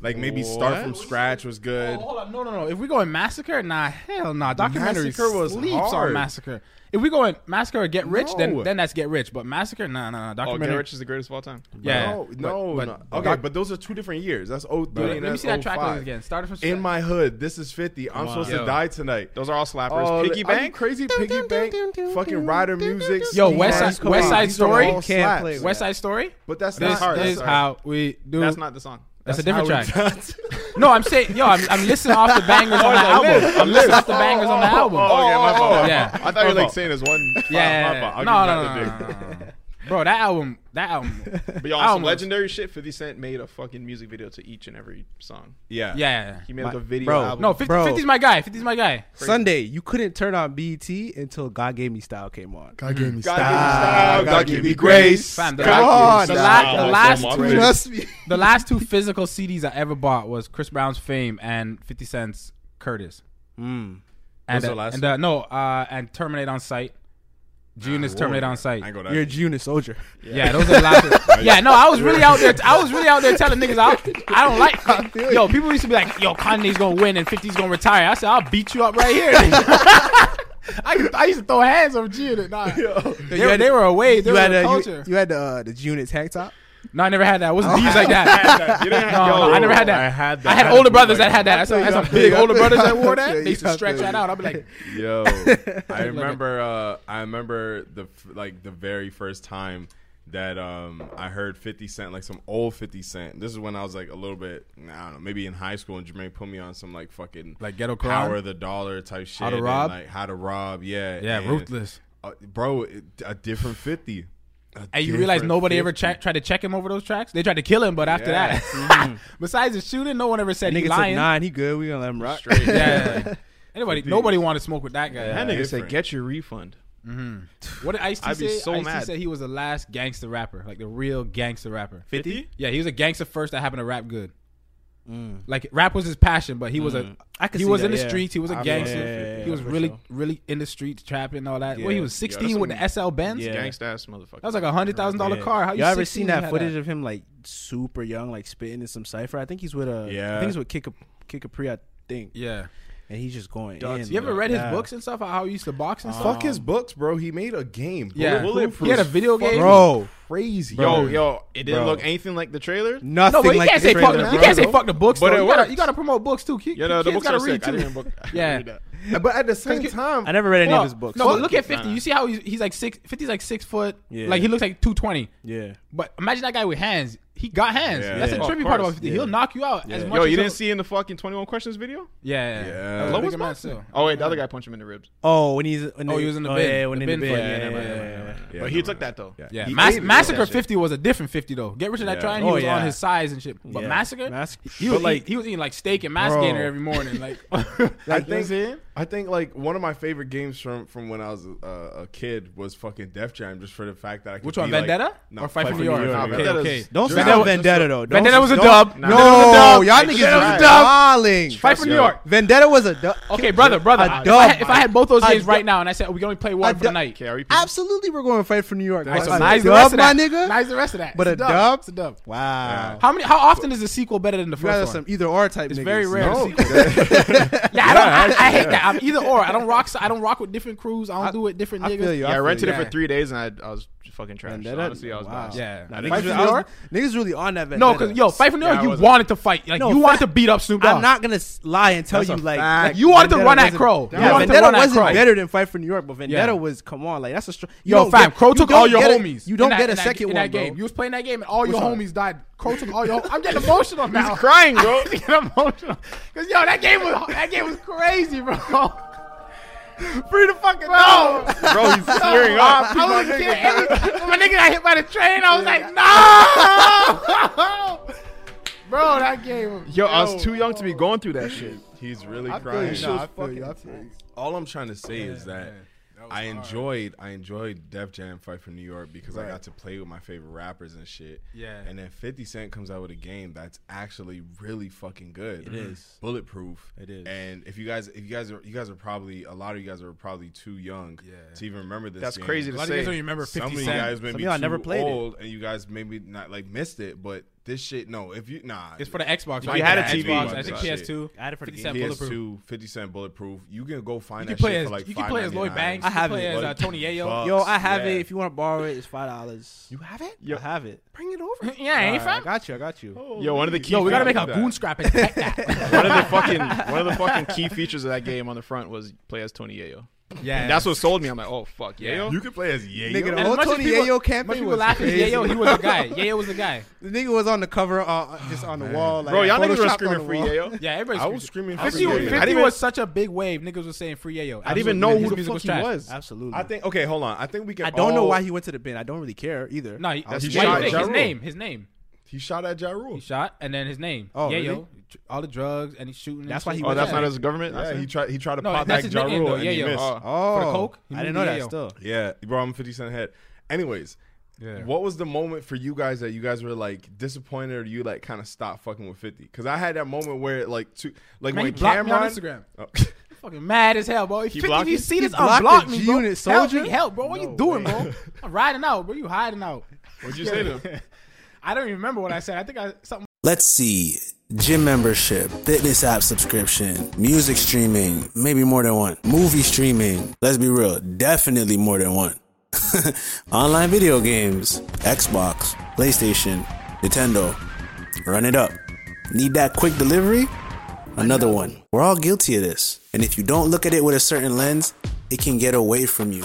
like maybe start from scratch was
Oh,
good.
hold on, no, no, no. If we go in massacre, nah, hell nah. Documentary
Massacre was
sleeps
hard.
on massacre. If we go in massacre or get rich,
No.
then then that's get rich. But massacre, nah, nah, nah.
Oh,
Documentary,
Get Rich is the greatest of all time.
yeah.
no,
But-
no,
but-
no.
but
okay,
doc-
but those are two different years. That's oh three.
Let
and
me
that's
see that track
05.
list again. Start it from
In
scratch.
my hood, this is fifty. I'm supposed to
Yo.
die tonight.
Those are all slappers.
Oh,
Piggy
are you
Bank.
crazy piggy bank, fucking rider music.
Yo,
Ski
West
Mask,
Side-
come
West
on.
Side
These are
Story?
all
Can't
slaps.
play with
West Side Story.
But that's
This
not.
is
that's-
how we do.
That's not the song.
That's, a different
how we-
track. Oh, no, I'm saying, yo, I'm, I'm listening off the bangers on the album. I'm listening off the bangers on the album.
Oh, okay, my fault. my
Yeah.
fault. I thought you were
My
like
fault.
saying this one.
yeah,
my fault. I'll
no, no,
give you
no,
that the
no,
big-
no, no, no. bro, that album, that album,
But y'all,
Album
some
was-
legendary shit. Fifty Cent made a fucking music video to each and every song.
Yeah,
yeah.
He made like a video
bro,
album.
No, 50,
Bro.
50's my guy. 50's my guy.
Sunday, you couldn't turn on BET until God Gave Me Style came on.
God gave me
God give me style, God give me grace.
Fam, the,
God
la-
give
on,
the,
me
la-
style.
the last
Come on,
two,
man.
be.
the last two physical CDs I ever bought was Chris Brown's Fame and Fifty Cent's Curtis. And,
Hmm. Those are
uh,
the last
and uh, no, uh, and Terminate on Site. June is Terminate on Site.
Ah, I ain't go
You're a
that.
junior soldier.
Yeah, those are the last. yeah, no, I was really out there. I was really out there telling niggas I, I don't like. Yo, people used to be like, "Yo, Kanye's gonna win and 50's gonna retire." I said, "I'll beat you up right here." I, could- I used to throw hands over G Unit. Nah, they, were- they were away. They
You
were
had,
a
uh,
culture.
you, you had the uh, the unit tank top.
no, I never had that. It
Oh.
wasn't these like that.
You didn't have-
No,
yo,
no, I never had that.
I had that.
I had
I had
older
a
brothers
bootleg.
that had that. I saw, I had some
I
big
feel
older
you.
brothers that wore that.
Yeah,
They used to
I
stretch
feel
that
you.
out. I'd be like,
Yo, I remember. Uh, I remember the f- like the very first time that um I heard Fifty Cent, like some old Fifty Cent. This is when I was like a little bit, I don't know, maybe in high school, and Jermaine put me on some like fucking
Like Ghetto Crime?
power of the dollar type shit.
to
and,
Rob?
like how to rob, yeah,
yeah,
and,
ruthless.
uh, bro. It, a different Fifty. A
And you realize
different
nobody ever
50.
tra- tried to check him over those tracks. They tried to kill him, but after
Yeah.
that, besides the shooting, no one ever said he
Nigga took
lying.
nine. He good. We gonna let him rock.
Straight.
Yeah, yeah, yeah. Anybody, nobody wanted to smoke with that guy.
That nigga said,
Different.
"Get your refund."
What did Ice T
I'd
say?
be so
Ice T
mad.
said he was the last gangster rapper, like the real gangster rapper.
Fifty.
Yeah, he was a gangster first that happened to rap good. Like rap was his passion, but he was a
Mm. I could
he
see
was
that,
in the
yeah.
streets. He was a
I feel
gangster.
that, yeah, yeah,
he was
for
really,
sure.
really in the streets, trapping and all that. Well, he was
Yeah,
sixteen
that's
with
some-
the SL Benz.
Yeah.
Gangsta ass motherfucker.
That was like a hundred thousand dollar car. How you
Y'all ever
16
seen
you
that
had
footage of him like super young, like spitting in some cipher? I think he's with a.
Yeah.
I think he's with Kick Kickapri, I think.
Yeah.
And he's just going. in,
You ever
bro.
read his
Yeah. Uh,
books and stuff? How he used to box and stuff.
Fuck
Um,
his books, bro. He made a game.
Yeah.
Bulletproof
He had a
was
video game.
bro?
Crazy,
Yo, yo, it didn't
Bro.
look anything like the trailer.
Nothing.
No, but you
like
can't
the
say fuck.
trailer,
You
bro.
can't say fuck the books.
But
though.
it
you, gotta,
works.
you gotta promote books too. Ki-
Yeah, no, the
kids
books
gotta
are
read
sick. I
too.
didn't book. I didn't
Yeah.
read that.
But at the same
Cause-
time,
I never read any
Well,
of his books.
No, but look at
Nah,
fifty.
nah.
You see how he's, he's like six. 50's like six foot.
Yeah.
Like he looks like two twenty.
yeah.
But imagine that guy with hands. He got hands.
Yeah.
That's
Yeah.
the
Of
trippy part
course.
about fifty. He'll knock you out as much.
Yo, you
as he'll-
didn't see in the fucking Twenty One Questions video?
Yeah.
Yeah, That was a
Lowest
bigger man still.
Oh wait, the other guy punched him in the ribs.
Oh, when he's when
Oh,
they-
he was in the
oh,
bin.
Yeah, when
The
in
bin
the bin.
fight.
Yeah,
Yeah,
yeah,
yeah,
yeah,
yeah,
yeah,
yeah.
yeah.
Yeah,
but he
no,
took
no.
that though.
Yeah,
He
Mas-
ate it.
massacre
That shit.
fifty was a different fifty though. Get rich of that
Yeah.
trying. He
Oh,
was on
yeah.
his size and shit. But
Yeah.
massacre,
Mas-
he was
But, like-
eating, he was eating like steak and mass
Bro.
gainer every morning. Like,
I
Like, you know what I'm saying?
think I think like one of my favorite games from from when I was a, a kid was fucking Def Jam, just for the fact that I could
Which one,
be, like-
Vendetta
no,
or Fight for New York?
Nah,
Okay,
Vendetta's-
okay.
Vendetta
Don't
Vendetta
not
was-
Vendetta though. Don't-
Vendetta was a
don't-
dub.
No,
Vendetta was a dub.
y'all
Vendetta was
niggas
a
is
dub.
darling.
Fight for New York.
Vendetta was a dub.
Okay, brother, brother. If
dub.
I, had, if I had both those
A
games right
dub.
now, and I said we can only play
A
one for the
dub.
night,
Carry people.
Absolutely, we're going to fight for New York.
All right, so
A
nice the
dub,
rest of
my
that.
nigga.
Nice the rest of that.
But
It's
a dub?
It's a dub.
Wow.
How many? How often is the sequel better than the
You guys are
first
some
one?
either or type.
It's
niggas.
very rare.
No.
to see- yeah, I, don't, I, I hate that. I'm either or. I don't rock. I don't rock with different crews. I don't do it different
I
niggas.
feel you.
Yeah, I
feel
rented
you.
it for three days and I, I was fucking trash. So
Vendetta?
honestly, I was
Wow.
biased.
Yeah.
I
Nah,
didn't
niggas,
do-
really,
I was-
I was- niggas really on that.
No,
Vendetta.
because yo, fight for New
Yeah,
York.
I
you
wasn't.
wanted to fight. Like
No,
you wanted
fa-
to beat up Snoop Dogg.
I'm not gonna s- lie and tell
That's
you
a
like,
fact.
like,
You wanted to
Vendetta
run at
wasn't-
Crow. You
Yeah,
wanted to
Vendetta
run at
wasn't
Crow.
better than Fight for New York, but Vendetta
Yeah.
was come on, like that's a str- you
Yo,
don't
fam,
get-
Crow
you
took
don't
all your
get a-
homies.
You don't
in that-
get a
in that-
second
in
one,
that
bro.
game. You was playing that game, and all your
What's up?
homies died. Crow took all your. I'm getting emotional now.
He's crying, bro.
I'm getting emotional because yo, that game was that game was crazy, bro. Free the fucking
bro,
bro.
he's tearing up.
Oh, I was a kid. Every, when my nigga got hit by the train, I was like, no. Bro, that game.
Yo, I was too young to be going through that shit.
He's really
I feel
crying.
you. Nah, I feel you. I feel you.
All I'm trying to say is that, I enjoyed I enjoyed Def Jam Fight for New York because I got to play with my favorite rappers and shit.
Yeah.
And then 50 Cent comes out with a game that's actually really fucking good. It is bulletproof. It
is.
And if you guys, if you guys are, you guys are probably a lot of you guys are probably too young to even remember this.
That's
game.
crazy
A
to
lot of you guys don't
say.
even remember 50
Some of you
Cent.
guys maybe
of y'all
too
never played it.
old, and you guys maybe not like missed it. But this shit, no. If you nah,
It's for the Xbox.
you
right?
had
Yeah,
a TV,
Xbox, I
you
think
got it.
PS2.
I had it for the
50 Cent Bulletproof.
PS2, 50 Cent bulletproof. You can go find
You
that
can play
shit
as
for like
you can play as Lloyd
$5.99.
Banks.
I
You can
have
play
it.
as uh, Tony Ayo.
Yo, I have
Yeah.
it. If you want to borrow it, it's five dollars. You have it?
Yo.
I have it.
Bring it over. Yeah, ain't
I
fam.
got you. I got you.
Yo, one of the key.
Yo, we gotta
features-
make a goon scrap and tech that.
one of the fucking one of the fucking key features of that game on the front was play as Tony Yayo.
Yeah,
That's what sold me. I'm like, oh fuck, Yayo.
You can play as
Nigga,
Yayo.
the
And
whole
much as
Tony
people-
Yayo
much
campaign
people
was
laugh at
crazy.
Yayo. He was a guy. Yayo was a guy.
The nigga was on the cover, uh, just on the wall. Like,
Bro, y'all niggas were
photoshopped
screaming
on the
free
wall.
Yayo.
Yeah, everybody's
I was screaming for
50,
Yayo.
was-
I
50
didn't
was such a big wave. Niggas were saying free Yayo.
I didn't even know
His
who the
music
fuck
was
he
trash.
was.
Absolutely.
I think. Okay, hold on. I think we can.
I don't know
all-
why he went to the bin. I don't really care either.
No, he,
That's
why
shot
you
at
think?
Ja
his
Rule.
name. His name.
he shot at Ja Rule.
He shot and then his name.
Oh,
Yayo.
really?
All the drugs and he's shooting. and
That's why
shit.
he
Oh,
was
that's
Yeah.
not his government.
Yeah, he tried. He tried to
No,
pop
that's
back
his
Ja
nickname,
Rule
though. uh.
and
Yeah,
he
yeah.
missed.
Oh.
Oh,
For the coke? He
I didn't
moved
know
to
that
Yayo.
still.
Yeah, bro, I'm 50 Cent head. Anyways,
Yeah.
what was the moment for you guys that you guys were like disappointed or you like kind of stopped fucking with 50? Because I had that moment where like two, like
Man,
when
he blocked me on
Cameron,
Instagram.
Oh.
Fucking mad as hell, bro. He
blocked
blocked you
you?
see this?
He blocked
Unblock
the
me, bro.
G-Unit
Help
soldier?
me, help, bro. What
No
you doing,
way.
bro? I'm riding out, bro. You hiding out.
What'd you say to him?
I don't even remember what I said. I think I something.
Let's see. Gym membership, fitness app subscription, music streaming, maybe more than one. Movie streaming, let's be real, definitely more than one. Online video games, Xbox, PlayStation, Nintendo. Run it up. Need that quick delivery? Another one. We're all guilty of this. And if you don't look at it with a certain lens, it can get away from you.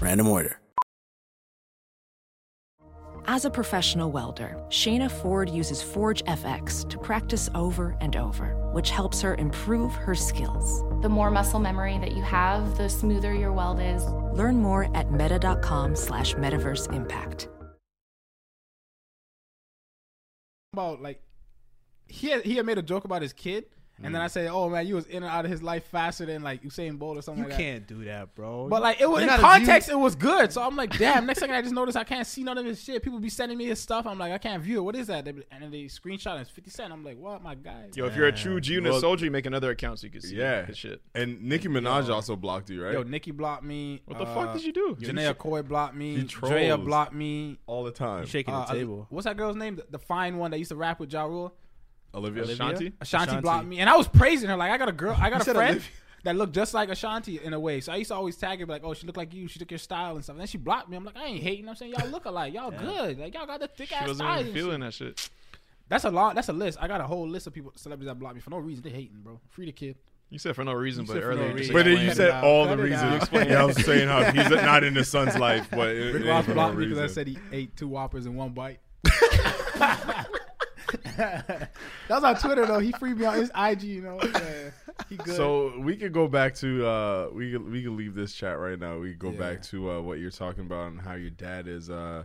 random order.
As a professional welder, Shayna Ford uses Forge FX to practice over and over, which helps her improve her skills.
The more muscle memory that you have, the smoother your weld is.
Learn more at meta.com slash metaverse impact.
about like he had, he had made a joke about his kid, and then I said, "Oh man, you was in and out of his life faster than like Usain Bolt or something."
You
like that.
can't do that, bro.
But like it was
You're not
in
a
context,
G-
it was good. So I'm like, damn. Next second, I just noticed I can't see none of his shit. People be sending me his stuff. I'm like, I can't view it. What is that? They be- And then they screenshot and it's 50 Cent. I'm like, what, my guy?
Yo, if you're a true G unit
Well-
soldier, you make another account so you can see
yeah,
his shit.
And Nicki Minaj also blocked you, right?
Yo, Nicki blocked me. Uh,
What the fuck did you do?
Janaea Coy blocked me.
he
Drea
trolls.
blocked me.
all the time.
shaking
Uh,
the table.
What's that girl's name? The, the fine one that used to rap with Ja Rule.
Olivia,
Ashanti?
Ashanti,
Ashanti.
blocked me, and I was praising her. Like I got a girl, I got a
said
friend.
Olivia.
that looked just like Ashanti in a way. So I used to always tag her, be like, oh, she looked like you. She took your style and stuff. And then she blocked me. I'm like, I ain't hating. I'm saying y'all look alike. Y'all
Yeah.
good. Like y'all got the thick
She
ass
wasn't even
thighs. and
feeling
shit.
that shit.
That's a lot. That's a list. I got a whole list of people, celebrities that blocked me for no reason. They hating, bro. Free the kid.
You said for no reason,
You
but
said for
earlier.
no
you just
reason. But then
you
explained
said
it.
all the
You
reasons.
explained
Yeah, I
it.
was saying how he's not in his son's life, but it- it
Rick
ain't
Ross
for no
blocked me because I
reason.
said he ate two whoppers in one bite. that was on Twitter though. He freed me on his IG. You know, Yeah. he good.
So we could go back to uh, we could we could leave this chat right now. We could go
Yeah.
back to uh, what you're talking about and how your dad is. Uh,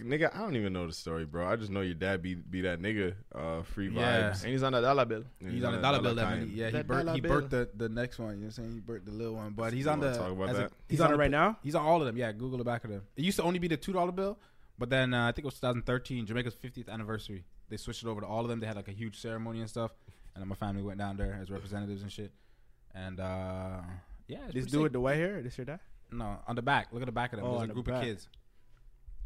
nigga, I don't even know the story, bro. I just know your dad be be that nigga. Uh, free
Yeah.
vibes,
And he's on the dollar bill.
And
He's on the dollar bill that
kind.
money. Yeah, he
That
burnt,
dollar
he
bill.
burnt the, the next one. You know what I'm saying? He burnt the little one, but he's
You
on the.
wanna talk about
as a-
that?
He's on it
the-
right now?
He's on all of them. Yeah, Google the back of them. It used to only be the two dollar bill, but then uh, I think it was 2013, Jamaica's 50th anniversary. They switched it over to all of them. They had like a huge ceremony and stuff, and then my family went down there as representatives and shit. And uh, yeah, it's
This
pretty
dude with
sick.
the white hair, this your dad?
No, on the back. Look at the back of them.
Oh,
There's
on
a
the
group of
back.
kids.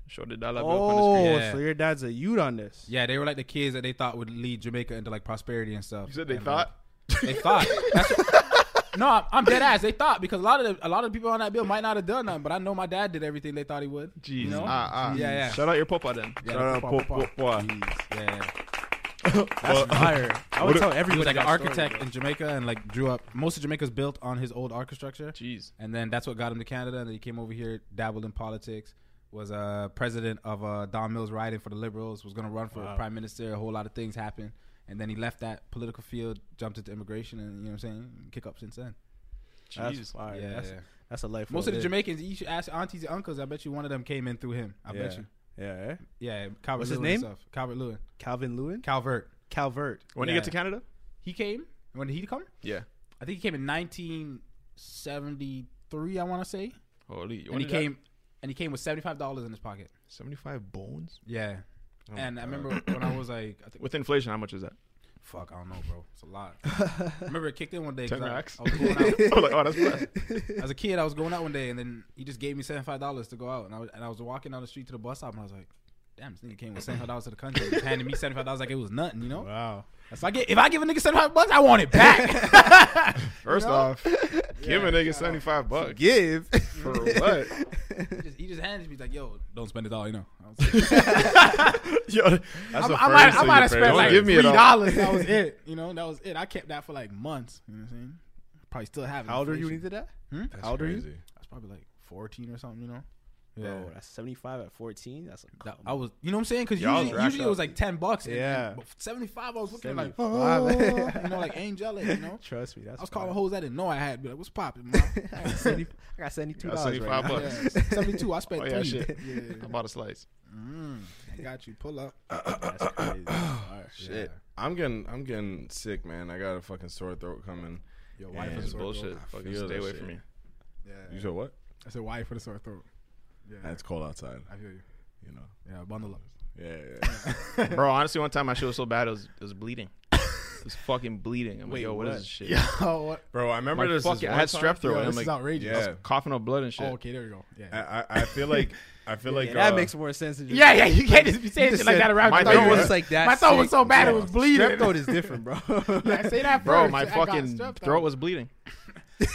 Show the dollar bill up on the
Oh,
screen.
Yeah.
so your dad's a youth on this.
Yeah, they were like the kids that they thought would lead Jamaica into like prosperity and stuff.
You said they
And,
thought?
like, they thought. That's what- no, I'm- I'm dead ass. They thought because a lot of the, a lot of the people on that bill might not have done nothing, but I know my dad did everything they thought he would.
Jeez.
you know?
Ah, ah.
yeah, yeah.
Shout out your papa then.
Yeah,
Shout
the
out
papa,
pop-
papa.
papa.
Jeez, Yeah.
Well, fire. I would what- tell
He was
everybody
like an
that story,
architect
bro.
in Jamaica and like drew up most of Jamaica's built on his old architecture.
Jeez.
And then that's what got him to Canada. And then he came over here, dabbled in politics, was uh, president of uh, Don Mills riding for the Liberals, was going to run for
Wow.
prime minister. A whole lot of things happened. And then he left that political field, jumped into immigration, and you know what I'm saying? Kick up since then.
That's Jeez. fire.
Yeah,
That's-
yeah.
that's a life
Most
well
of the
lived.
Jamaicans, you should ask aunties and uncles. I bet you one of them came in through him. I bet
Yeah.
you.
Yeah, eh?
Yeah. Calvert
What's his
Lewin and
name?
stuff. Calvert Lewin.
Calvin Lewin?
Calvert.
Calvert.
When
did
you get to Canada?
He came. When did he come?
Yeah.
I think he came in 1973. I want to say.
Holy. when
and he
did that-
came, and he came with seventy five dollars in his pocket.
Seventy five bones.
Yeah.
Oh my
and I
God.
remember when I was like, I think
With inflation, how much is that?
Fuck, I don't know, bro. It's a lot. I remember it kicked in one day. 'cause
Ten
I,
racks?
I was going out.
I'm like, oh, that's blessed.
As a kid, I was going out one day, and then he just gave me seventy five dollars to go out, and I was, and I was walking down the street to the bus stop, and I was like, "Damn, this nigga came with seventy five dollars to the country, and handed me seventy five dollars like it was nothing." You know?
Wow.
If I get if I give a nigga seventy five bucks, I want it back.
First
You know?
off, give a nigga seventy five bucks.
Give
for what?
He just, he just handed me he's like, "Yo, don't spend it all," you know. I was
Yo, that's
I,
the
I might,
first
I
thing
might
you pay.
have spent
Don't
like
give me it
three
all.
dollars. That was it. You know, that was it. I kept that for like months. You know what I'm saying? Probably still have. it.
How old are you when you
Inflation.
did that?
Hmm?
How old are you?
I was probably like 14 or something. You know.
Bro, that's 75 at 14. That's a
That- I was, you know what I'm saying? Because
Y'all Um, was
usually,
racked
usually it was
up.
like 10 bucks. and-
Yeah.
and- but 75, I was looking like,
75.
oh, you know, like angelic, you know?
Trust me, that's
I was
fire.
calling hoes I didn't know I had. Be like, what's popping, man? I got
70 I got 72
Got seventy-five bucks.
Yeah, 72, I spent
oh, yeah,
three.
Shit.
Yeah.
I bought a slice.
Mm, I got you. Pull up.
Shit, I'm getting I'm getting sick, man. I got a fucking sore throat coming.
Yo, why
And
is
That's
sore throat?
bullshit.
I
Fucking
feel
stay
that
away
shit.
from me.
You said what?
I said, why for the sore throat? Yeah.
It's cold outside.
I feel you.
You know.
Yeah, bundle up.
Yeah, yeah.
Bro, honestly, one time my shit was so bad, it was, it was bleeding. It was fucking bleeding. I'm like,
Wait,
yo, what
what?
is this shit?
Oh,
Yo, what?
Bro, I remember
My
this.
fucking-
this
I
one
had
time-
strep throat.
Yo,
and I'm
this
like,
is outrageous.
I was coughing up blood and shit.
Oh, okay, there we go. Yeah.
I, I I feel like I feel like
that
uh,
makes more sense. than just-
Yeah, yeah, you can't just be
You
saying
just
shit like
said,
that around
My
your
throat
throat.
was like that.
My throat was
sick."
so bad it
Yeah.
was bleeding.
Strep throat is different, bro.
Yeah, say that
Bro,
first.
my
I got
fucking
strep throat.
throat was bleeding.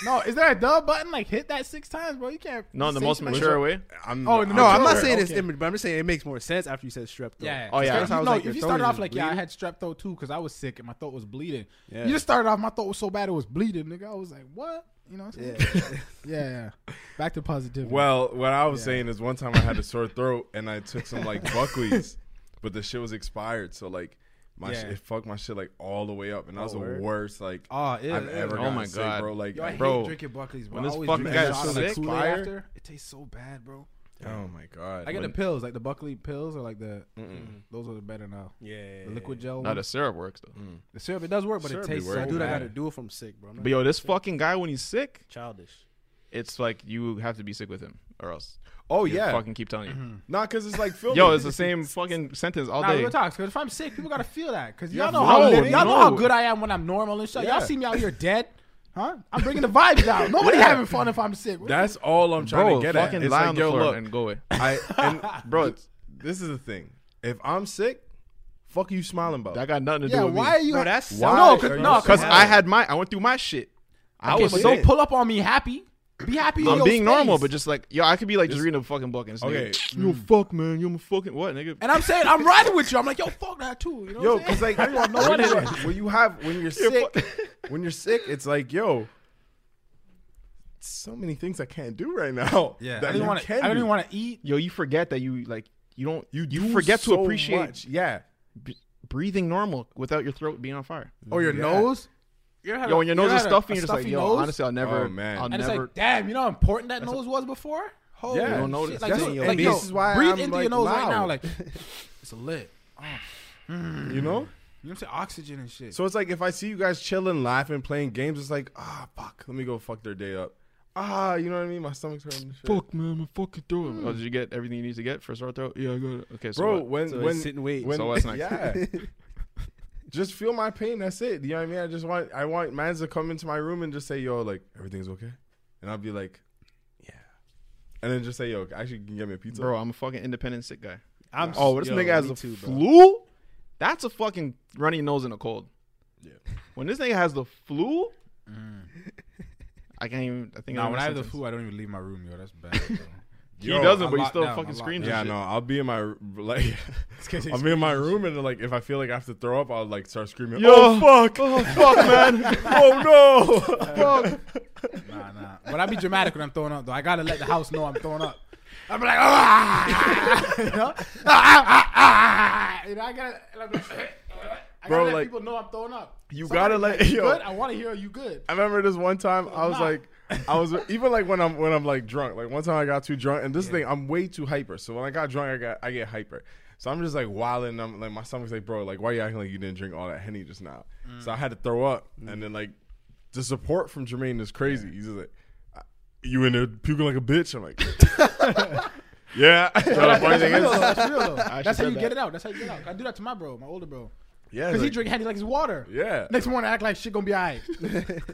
No, is there a dub button? Like hit that six times, bro. You can't.
No, in the most
sensationalize
mature
it.
way.
I'm,
Oh,
no, I'm not
sure.
saying it's
Okay.
image, but I'm just saying it makes more sense after you said strep throat.
Yeah.
Oh, yeah. That's
Because you
how I was
know,
like,
if
your
you
throat
started
is
off like, yeah, I
bleeding.
had strep throat too because I was sick and my throat was bleeding.
Yeah.
You just started off, my throat was so bad it was bleeding, nigga. I was like, what? You know what I'm saying? Yeah, yeah. Back to positivity.
Well, what I was saying is one time I had a sore throat and I took some like Buckley's, but the shit was expired. So like my
Yeah.
shit, it fucked my shit like all the way up, and that
Oh,
was
word?
the worst like
Oh, ew,
I've
ew.
ever.
Oh
gotten
my
sick,
God.
bro! Like,
Yo, I hate
bro,
drinking Buckley's, bro.
when
I
this
always
fucking
drink
guy
that
is
shot of,
sick,
like, Kool-Aid
fire-
after. It tastes so bad, bro.
Oh my god!
I get the
When-
pills, like the Buckley pills, or like the
Mm-mm.
those are better now.
Yeah.
the liquid gel.
No,
one.
the syrup works though.
Mm.
The syrup it does work, but
Syrup
it
be
tastes so
working.
bad.
Dude, I gotta do it from sick, bro. I'm not
But yo, this fucking guy when he's sick,
childish.
it's like you have to be sick with him or else.
Oh
He'll
yeah,
Fucking keep telling you.
not because it's like filming.
Yo, it's the same fucking sentence all
Nah,
day.
real talk. Because if I'm sick, people gotta feel that. Because y'all
Yeah,
know how
no,
living- y'all know how
no.
good I am when I'm normal and shit.
Yeah.
Y'all see me out here dead, huh? I'm bringing the vibes out. Nobody having fun if I'm sick.
That's all I'm trying
Bro,
to get at.
fucking
It's
lie
like,
on the
yo,
floor
look,
and go away.
I and
Bro,
bro, this is the thing. If I'm sick, fuck you smiling about.
That got nothing to
yeah.
do with
Why are
me.
you?
Bro, that's
no,
Why
cause,
are
no,
you
Because
cause
so
I had my, I went through my shit.
I okay, was but don't pull up on me happy. Be happy. in
I'm
your
being normal,
space.
but just like yo, I could be like just, reading a fucking book and just
Okay.
nigga, you a fuck man, you a fucking what nigga?
And I'm saying I'm riding with you. I'm like, yo, fuck that too. You know
Yo,
what I'm
because
saying?
like
I don't know
when,
what it
you,
is.
when you have when you're sick, when you're sick, it's like yo, so many things I can't do right now.
Yeah. I
that
don't
you
wanna-
can
I don't
do.
even wanna eat. Yo, you forget that you like you don't you
do
you forget
so
to appreciate
much, yeah
b- breathing normal without your throat being on fire
Oh, your Yeah. nose?
You ever had
Yo,
a-
when your
you
nose
ever
is
had a-
stuffy,
a
you're just like
stuffy
yo,
nose?
honestly, I'll never,
Oh, man.
I'll
and
never.
it's like, damn, you know how important that nose was before. Holy
You don't
shit.
notice.
Like,
That's
just,
what-
like,
and
yo,
this is why
breathe
I'm,
into your
like,
nose right
loud.
now. Like, it's lit.
You know?
You know what I'm saying? Oxygen and shit.
So it's like if I see you guys chilling, laughing, playing games, it's like ah fuck, let me go fuck their day up. Ah, you know what I mean? My stomach's hurting. and Shit.
Fuck man, my fucking throat.
Mm.
Oh, did you get everything you need to get for a sore throat? Yeah, I got it. Okay, so
bro,
what?
when when when-
so what's next?
Yeah. just feel my pain. That's it. You know what I mean? I just want I want mans to come into my room and just say, "Yo, like everything's okay," and I'll be like, "Yeah," and then just say, "Yo, actually, can you get me a pizza?"
Bro, I'm a fucking independent sick guy.
I'm
oh, this
yo,
nigga has
me
a
too, bro.
flu. That's a fucking runny nose and a cold. Yeah. Mm. When this nigga has the flu, I can't even. I think.
Nah,
I'm
when I have the
sometimes-
flu, I don't even leave my room, yo. That's bad. bro.
He doesn't,
I'm
but he
locked
still
down,
fucking
I'm locked
screams
down.
Yeah, no, I'll be in my like,
guy's
I'm in my room and like if I feel like I have to throw up, I'll like start screaming.
Yo.
Oh fuck!
Oh fuck, man!
oh no!
Fuck.
Nah, nah. But I be dramatic when I'm throwing up, though. I gotta let the house know I'm throwing up. I'm like, ah, you know, ah, ah, ah, ah. You know, I gotta, like, I gotta
Bro,
let
like,
people know I'm throwing up.
you
Somebody
gotta
be
let-
like, you
yo.
good? I want to hear you good.
I remember this one time I was
nah.
like I was even like when I'm when I'm like drunk. Like one time I got too drunk and this thing I'm way too hyper. So when I got drunk I got I get hyper. So I'm just like wilding. and I'm like my stomach's like bro like why you acting like you didn't drink all that henny just now? So I had to throw up and then like the support from Jermaine is crazy. He's just like you in there puking like a bitch. I'm like yeah.
That's real, though. That's real, though. That's how you get it
out.
out. That's how you get out. I do that to my bro, my older bro.
Yeah,
because he
like-
drink handy like it's water.
Yeah.
Next morning, act like shit gonna be alright.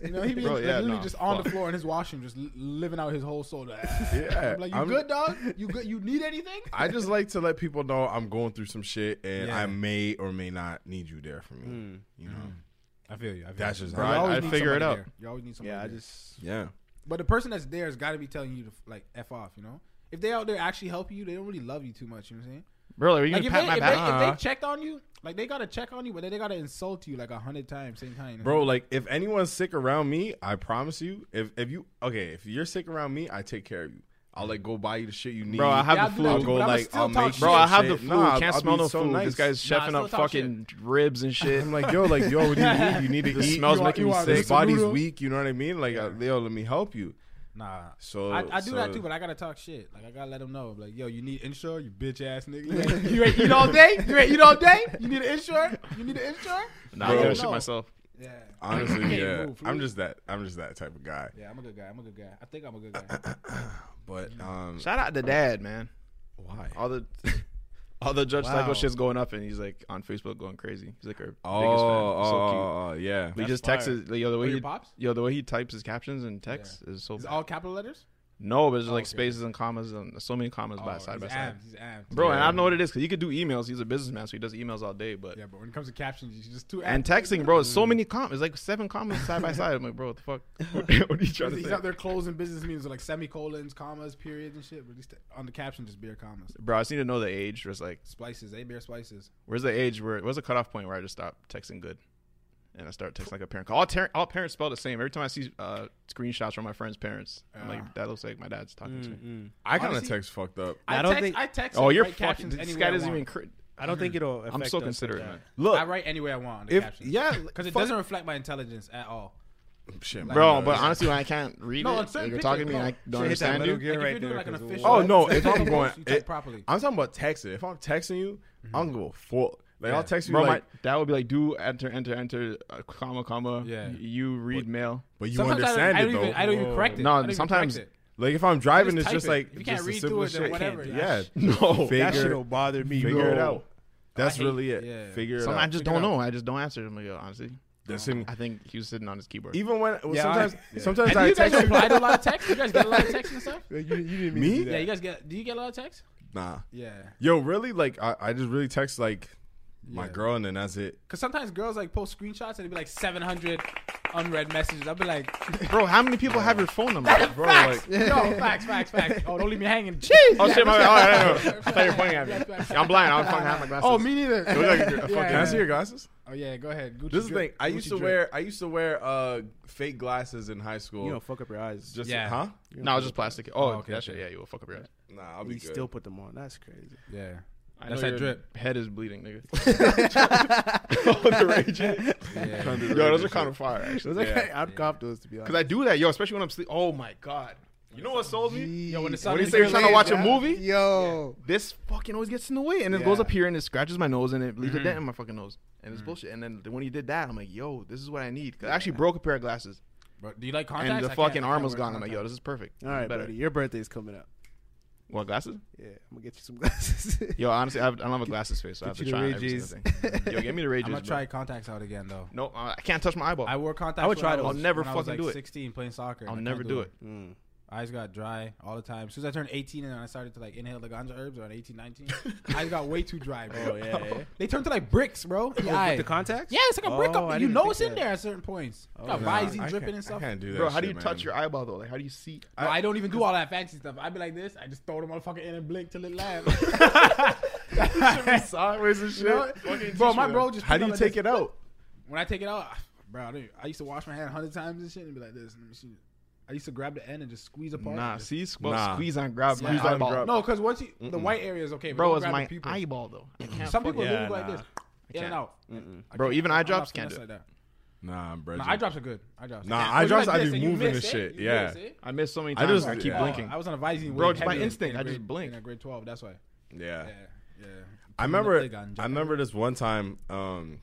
you know, he be
Bro,
like,
yeah,
literally
nah,
just on the
fuck.
floor in his washroom, just li- living out his whole soul.
Yeah,
I'm like you
I'm-
good, dog? You good? You need anything?
I just like to let people know I'm going through some shit and
Yeah.
I may or may not need you there for me.
Hmm.
You know.
I feel you. I feel
That's
you.
just
Bro,
how
you
I-
always
I
need
figure it
somebody
out.
there. You always need somebody.
Yeah, I
there.
just- Yeah.
But the person that's there has got to be telling you to like f off. You know, if they out there actually helping you, they don't really love you too much. You know what I'm saying?
Bro, are you
like
gonna
if,
pat
they,
my
if,
back?
They, if
Uh-huh.
they checked on you, like they gotta check on you, but then they gotta insult you like a hundred times same time. you know?
Bro, like if anyone's sick around me, I promise you, if if you okay, if you're sick around me, I take care of you. I'll like go buy you the shit you need.
Bro, I have
I'll
the flu.
go like I'll make
Bro,
you
I have the
shit.
flu.
Nah,
Can't
I'll
smell
be
no
so
food.
nice.
This guy's
Nah,
cheffing
still
up
talk shit.
fucking ribs and shit.
I'm like, yo, like, yo, what do you need? You need to
The
eat.
smells
You want-
making
you
me
want
sick.
This body's
Noodle?
weak. You know what I mean? Like, uh, yo, let me help you.
Nah.
So
I, I do
so-
that too, but I gotta talk shit. Like I gotta let them know, like, yo, you need insure, you bitch ass nigga. You ain't, you ain't eat all day. You ain't eat all day. You need an insure. You need an insure.
Nah,
Bro.
I gotta shit myself.
Yeah.
Honestly,
Can't
yeah,
move,
I'm
fool.
just that. I'm just that type of guy.
Yeah, I'm a good guy. I'm a good guy. I think I'm a good guy.
But um,
Shout out to Dad, man.
Why?
All the all the Judge Psycho
Wow.
shit's going up, and he's like on Facebook going crazy. He's like our biggest fan.
Oh,
He's so cute.
oh, oh, yeah.
We
That's
just
fire.
texted yo the
Oh,
way
your
he
pops?
yo the way he types his captions and texts is so
It's
bad.
all capital letters.
no, but it's like spaces and commas and so many commas by
Oh,
side by
he's
side.
amped, he's amped.
Bro, and I
Yeah.
don't know what it is because he could do emails. He's a businessman, so he does emails all day. But
Yeah, but when it comes to captions, you just too
and texting, bro, it's so many commas. It's like seven commas side by side. I'm like, bro, what the fuck? what are you trying to
He's
say?
out there closing business meetings with like semicolons, commas, periods, and shit. But he's t- on the caption, just bare commas,
Bro, I just need to know the age. Where's like,
splices, they bare splices.
where's the age? Where where's the cutoff point where I just stop texting good, and I start texting like a parent? 'Cause All, ter- all parents spell the same. Every time I see uh, screenshots from my friends' parents, I'm like, that looks like my dad's talking to me.
I kind of
Honestly-
text fucked up.
I,
don't
text,
think-
I text.
Oh,
and
you're
write
fucking.
captions
This
anywhere
guy
I
doesn't
want.
even. Cr-
I don't think it'll. Affect
I'm so
us like
considerate,
that.
man.
Look,
I write any way I want on the
If-
captions.
yeah,
because it
fuck-
doesn't reflect my intelligence at all.
Shit,
Like,
Bro, but honestly, when I can't read
No,
it,
on certain
like, you're
pictures,
talking to me,
no.
and I don't
Should've hit that
understand
middle
you.
Like,
gear
if
right
you're doing,
there,
like, an
'cause
official-
Oh
what?
no! If
Text
I'm going,
properly. You text
it-
properly.
I'm talking about texting. If I'm texting you, I'm gonna go full. Like I'll text you
Bro,
like,
my dad would be like, "Do enter, enter, enter, uh, comma, comma.
Yeah.
you read mail."
but you
Sometimes I don't-
understand
I
it
don't
though.
even- I don't even Whoa. correct it. I don't
No,
even
sometimes
correct it.
like if I'm driving,
just
it's just
type it.
like
If you can't
just the
read through
simplest
it, then
shit.
whatever.
Yeah,
No.
figure,
That shit'll bother me.
figure
bro.
it out. That's
hate-
really it.
yeah.
Figure it
Some- I
out.
just don't know. I just don't answer. I'm like, yo, honestly,
That's him.
I think he was sitting on his keyboard.
Even when well,
Yeah,
sometimes,
I- yeah.
sometimes
And do
I
you guys
text you.
reply to a lot of texts? You guys get a lot of texts and stuff?
You, you didn't mean
Me?
To do
Yeah, you
that.
guys get. Do you get a lot of texts?
Nah,
Yeah,
yo, really? Like I, I just really text like my
Yeah.
girl, and then that's it.
because sometimes girls like post screenshots and it'd be like 700 unread messages. I'll be like,
Bro, how many people have your phone number, bro? Like,
no, facts, facts, facts. Oh, don't leave me hanging. Jeez.
Oh shit, my bad. Oh, yeah, yeah, yeah. I thought you were pointing at me. Yeah, I'm blind. I don't fucking have my glasses.
Oh, me
It
neither.
looks like you're fucking-
Can I see your glasses?
Oh yeah, go ahead. Gucci
this is the thing.
drip.
I used
Gucci
to
drip.
wear. I used to wear uh, fake glasses in high school.
You don't fuck up your eyes.
Just
Yeah.
huh?
You don't
No, it's
fuck
just
up-
plastic. Oh,
Oh, okay,
that shit. Yeah, you will fuck up your eyes.
Nah, I'll
And
be
you
good.
still put them on. That's crazy.
Yeah.
I
That's
know
that
your
drip.
Head is bleeding, nigga. Under rage.
Yeah.
Yo, those are kind of fire. Actually,
Those are-
Yeah.
I'd cop those to be honest.
Cause I do that, yo. Especially when I'm sleep. Oh my god. You know what sold me?
Yo, when the sun
When you
is
say you're
clear,
trying to watch a
yeah.
movie,
Yo,
this fucking always gets in the way, and it
Yeah. Mm.
goes up here and it scratches my nose and it leaves a
Mhm.
dent in my fucking nose, and it's bullshit. And then when he did that, I'm like, yo, this is what I need. 'Cause I actually broke a pair of glasses,
Bro, do you like contacts?
and
I
the
can't- I
fucking
can't
arm was
wear
gone. I'm like, yo,
contacts.
this is perfect.
All right,
Better.
buddy. Your birthday's coming up.
What glasses?
Yeah, I'm gonna get you some glasses.
Yo, honestly, I, have, I don't have a glasses face, so I have
Get
to
you the
try
Ray
every
J's.
single thing. Yo, give me the rages.
I'm gonna try contacts out again though.
No, uh, I can't touch my eyeball.
I wore contacts.
I would
when
try
was-
it. I'll never
when I was,
fucking
like,
do it.
16 playing soccer.
I'll
and I
never
can't
do it.
Eyes got dry all the time. As soon as I turned 18 and I started to like inhale the ganja herbs around 18, 19, eyes got way too dry, bro.
Oh, yeah, yeah.
They turned to like bricks, bro. in your
Oh,
eye.
with the contacts?
Yeah, it's like a
Oh,
brick
I
up. You
didn't
know
think
it's in
that.
there at certain points.
Oh,
got
nah,
rising
I
dripping
can't-
and stuff.
I can't do that.
Bro, how do you
shit, man.
touch your eyeball though? Like, how do you see?
Bro, I, don't even do all that fancy stuff. I'd be like this. I just throw the motherfucker in and blink till it lands.
sideways and
You know what? bro, my bro just.
How
put
do
up
you
like
take
this.
it out?
When I take it out, ah, bro, I, don't- I used to wash my hand hundred times and shit and be like this. Let me see. I used to grab the end and just squeeze apart.
Nah,
Just-
see, well,
Nah.
squeeze on grab,
Yeah.
squeeze
Squeeze on
eyeball.
grab.
No, because once you, the
Mm-mm.
white area is okay. but
bro,
don't
it's
grab the
my
people.
eyeball though. I can't
Some
fuck-
people
Yeah,
move like
nah.
this, in and
can't.
out. I
Bro,
can't-
even
I'm
eye
not
drops can't
finesse
do
like that.
Nah, bro.
Nah, eye drops are good. Eye drops.
Nah,
Yeah.
eye
Oh, you
drops,
like
I be
this and you
moving
miss
this
it?
shit,
You
yeah.
miss it?
I missed so many
I
times. I,
just-
keep
yeah.
blinking.
I was on a Visine.
Bro,
way
just by
heavier
instinct,
in
I just
grade-
blink.
In a grade twelve, that's why.
Yeah.
Yeah,
I
yeah. Putting the
remember.
fig on,
I remember this one time. Um,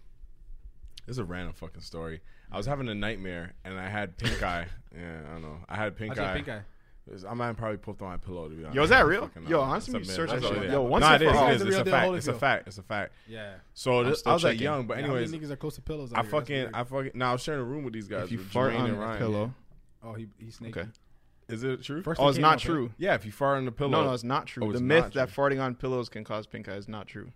this is a random fucking story. I was having a nightmare and I had pink eye. Yeah, I don't know. I had pink
I
eye.
pink eye.
It was- I might probably pulled on my pillow to be honest.
Yo, is that
I
real?
fucking
Yo,
know.
honestly,
It's a myth.
you search
That's
that
all
shit.
it is.
Yo, once
nah,
and
it is.
for all.
It is.
The
It's
real
a
deal,
fact.
holy
It's a
field.
fact. It's a fact.
Yeah.
So this,
still
I was like
checking.
young, but
Yeah, how many
anyways,
niggas are close to pillows. out
I
here? That's
fucking,
weird.
I fucking. Now I was sharing a room with these guys.
If you
with
fart
Jermaine
on
and
the
Ryan.
pillow,
Oh, he he snaked.
okay.
me.
Is it true?
First
Oh,
it
it's
came
not
up,
true.
yeah, if you fart on the pillow.
No, no, it's not true.
Oh,
the
it's
myth
not
that
true.
farting on pillows can cause pink eye is not true.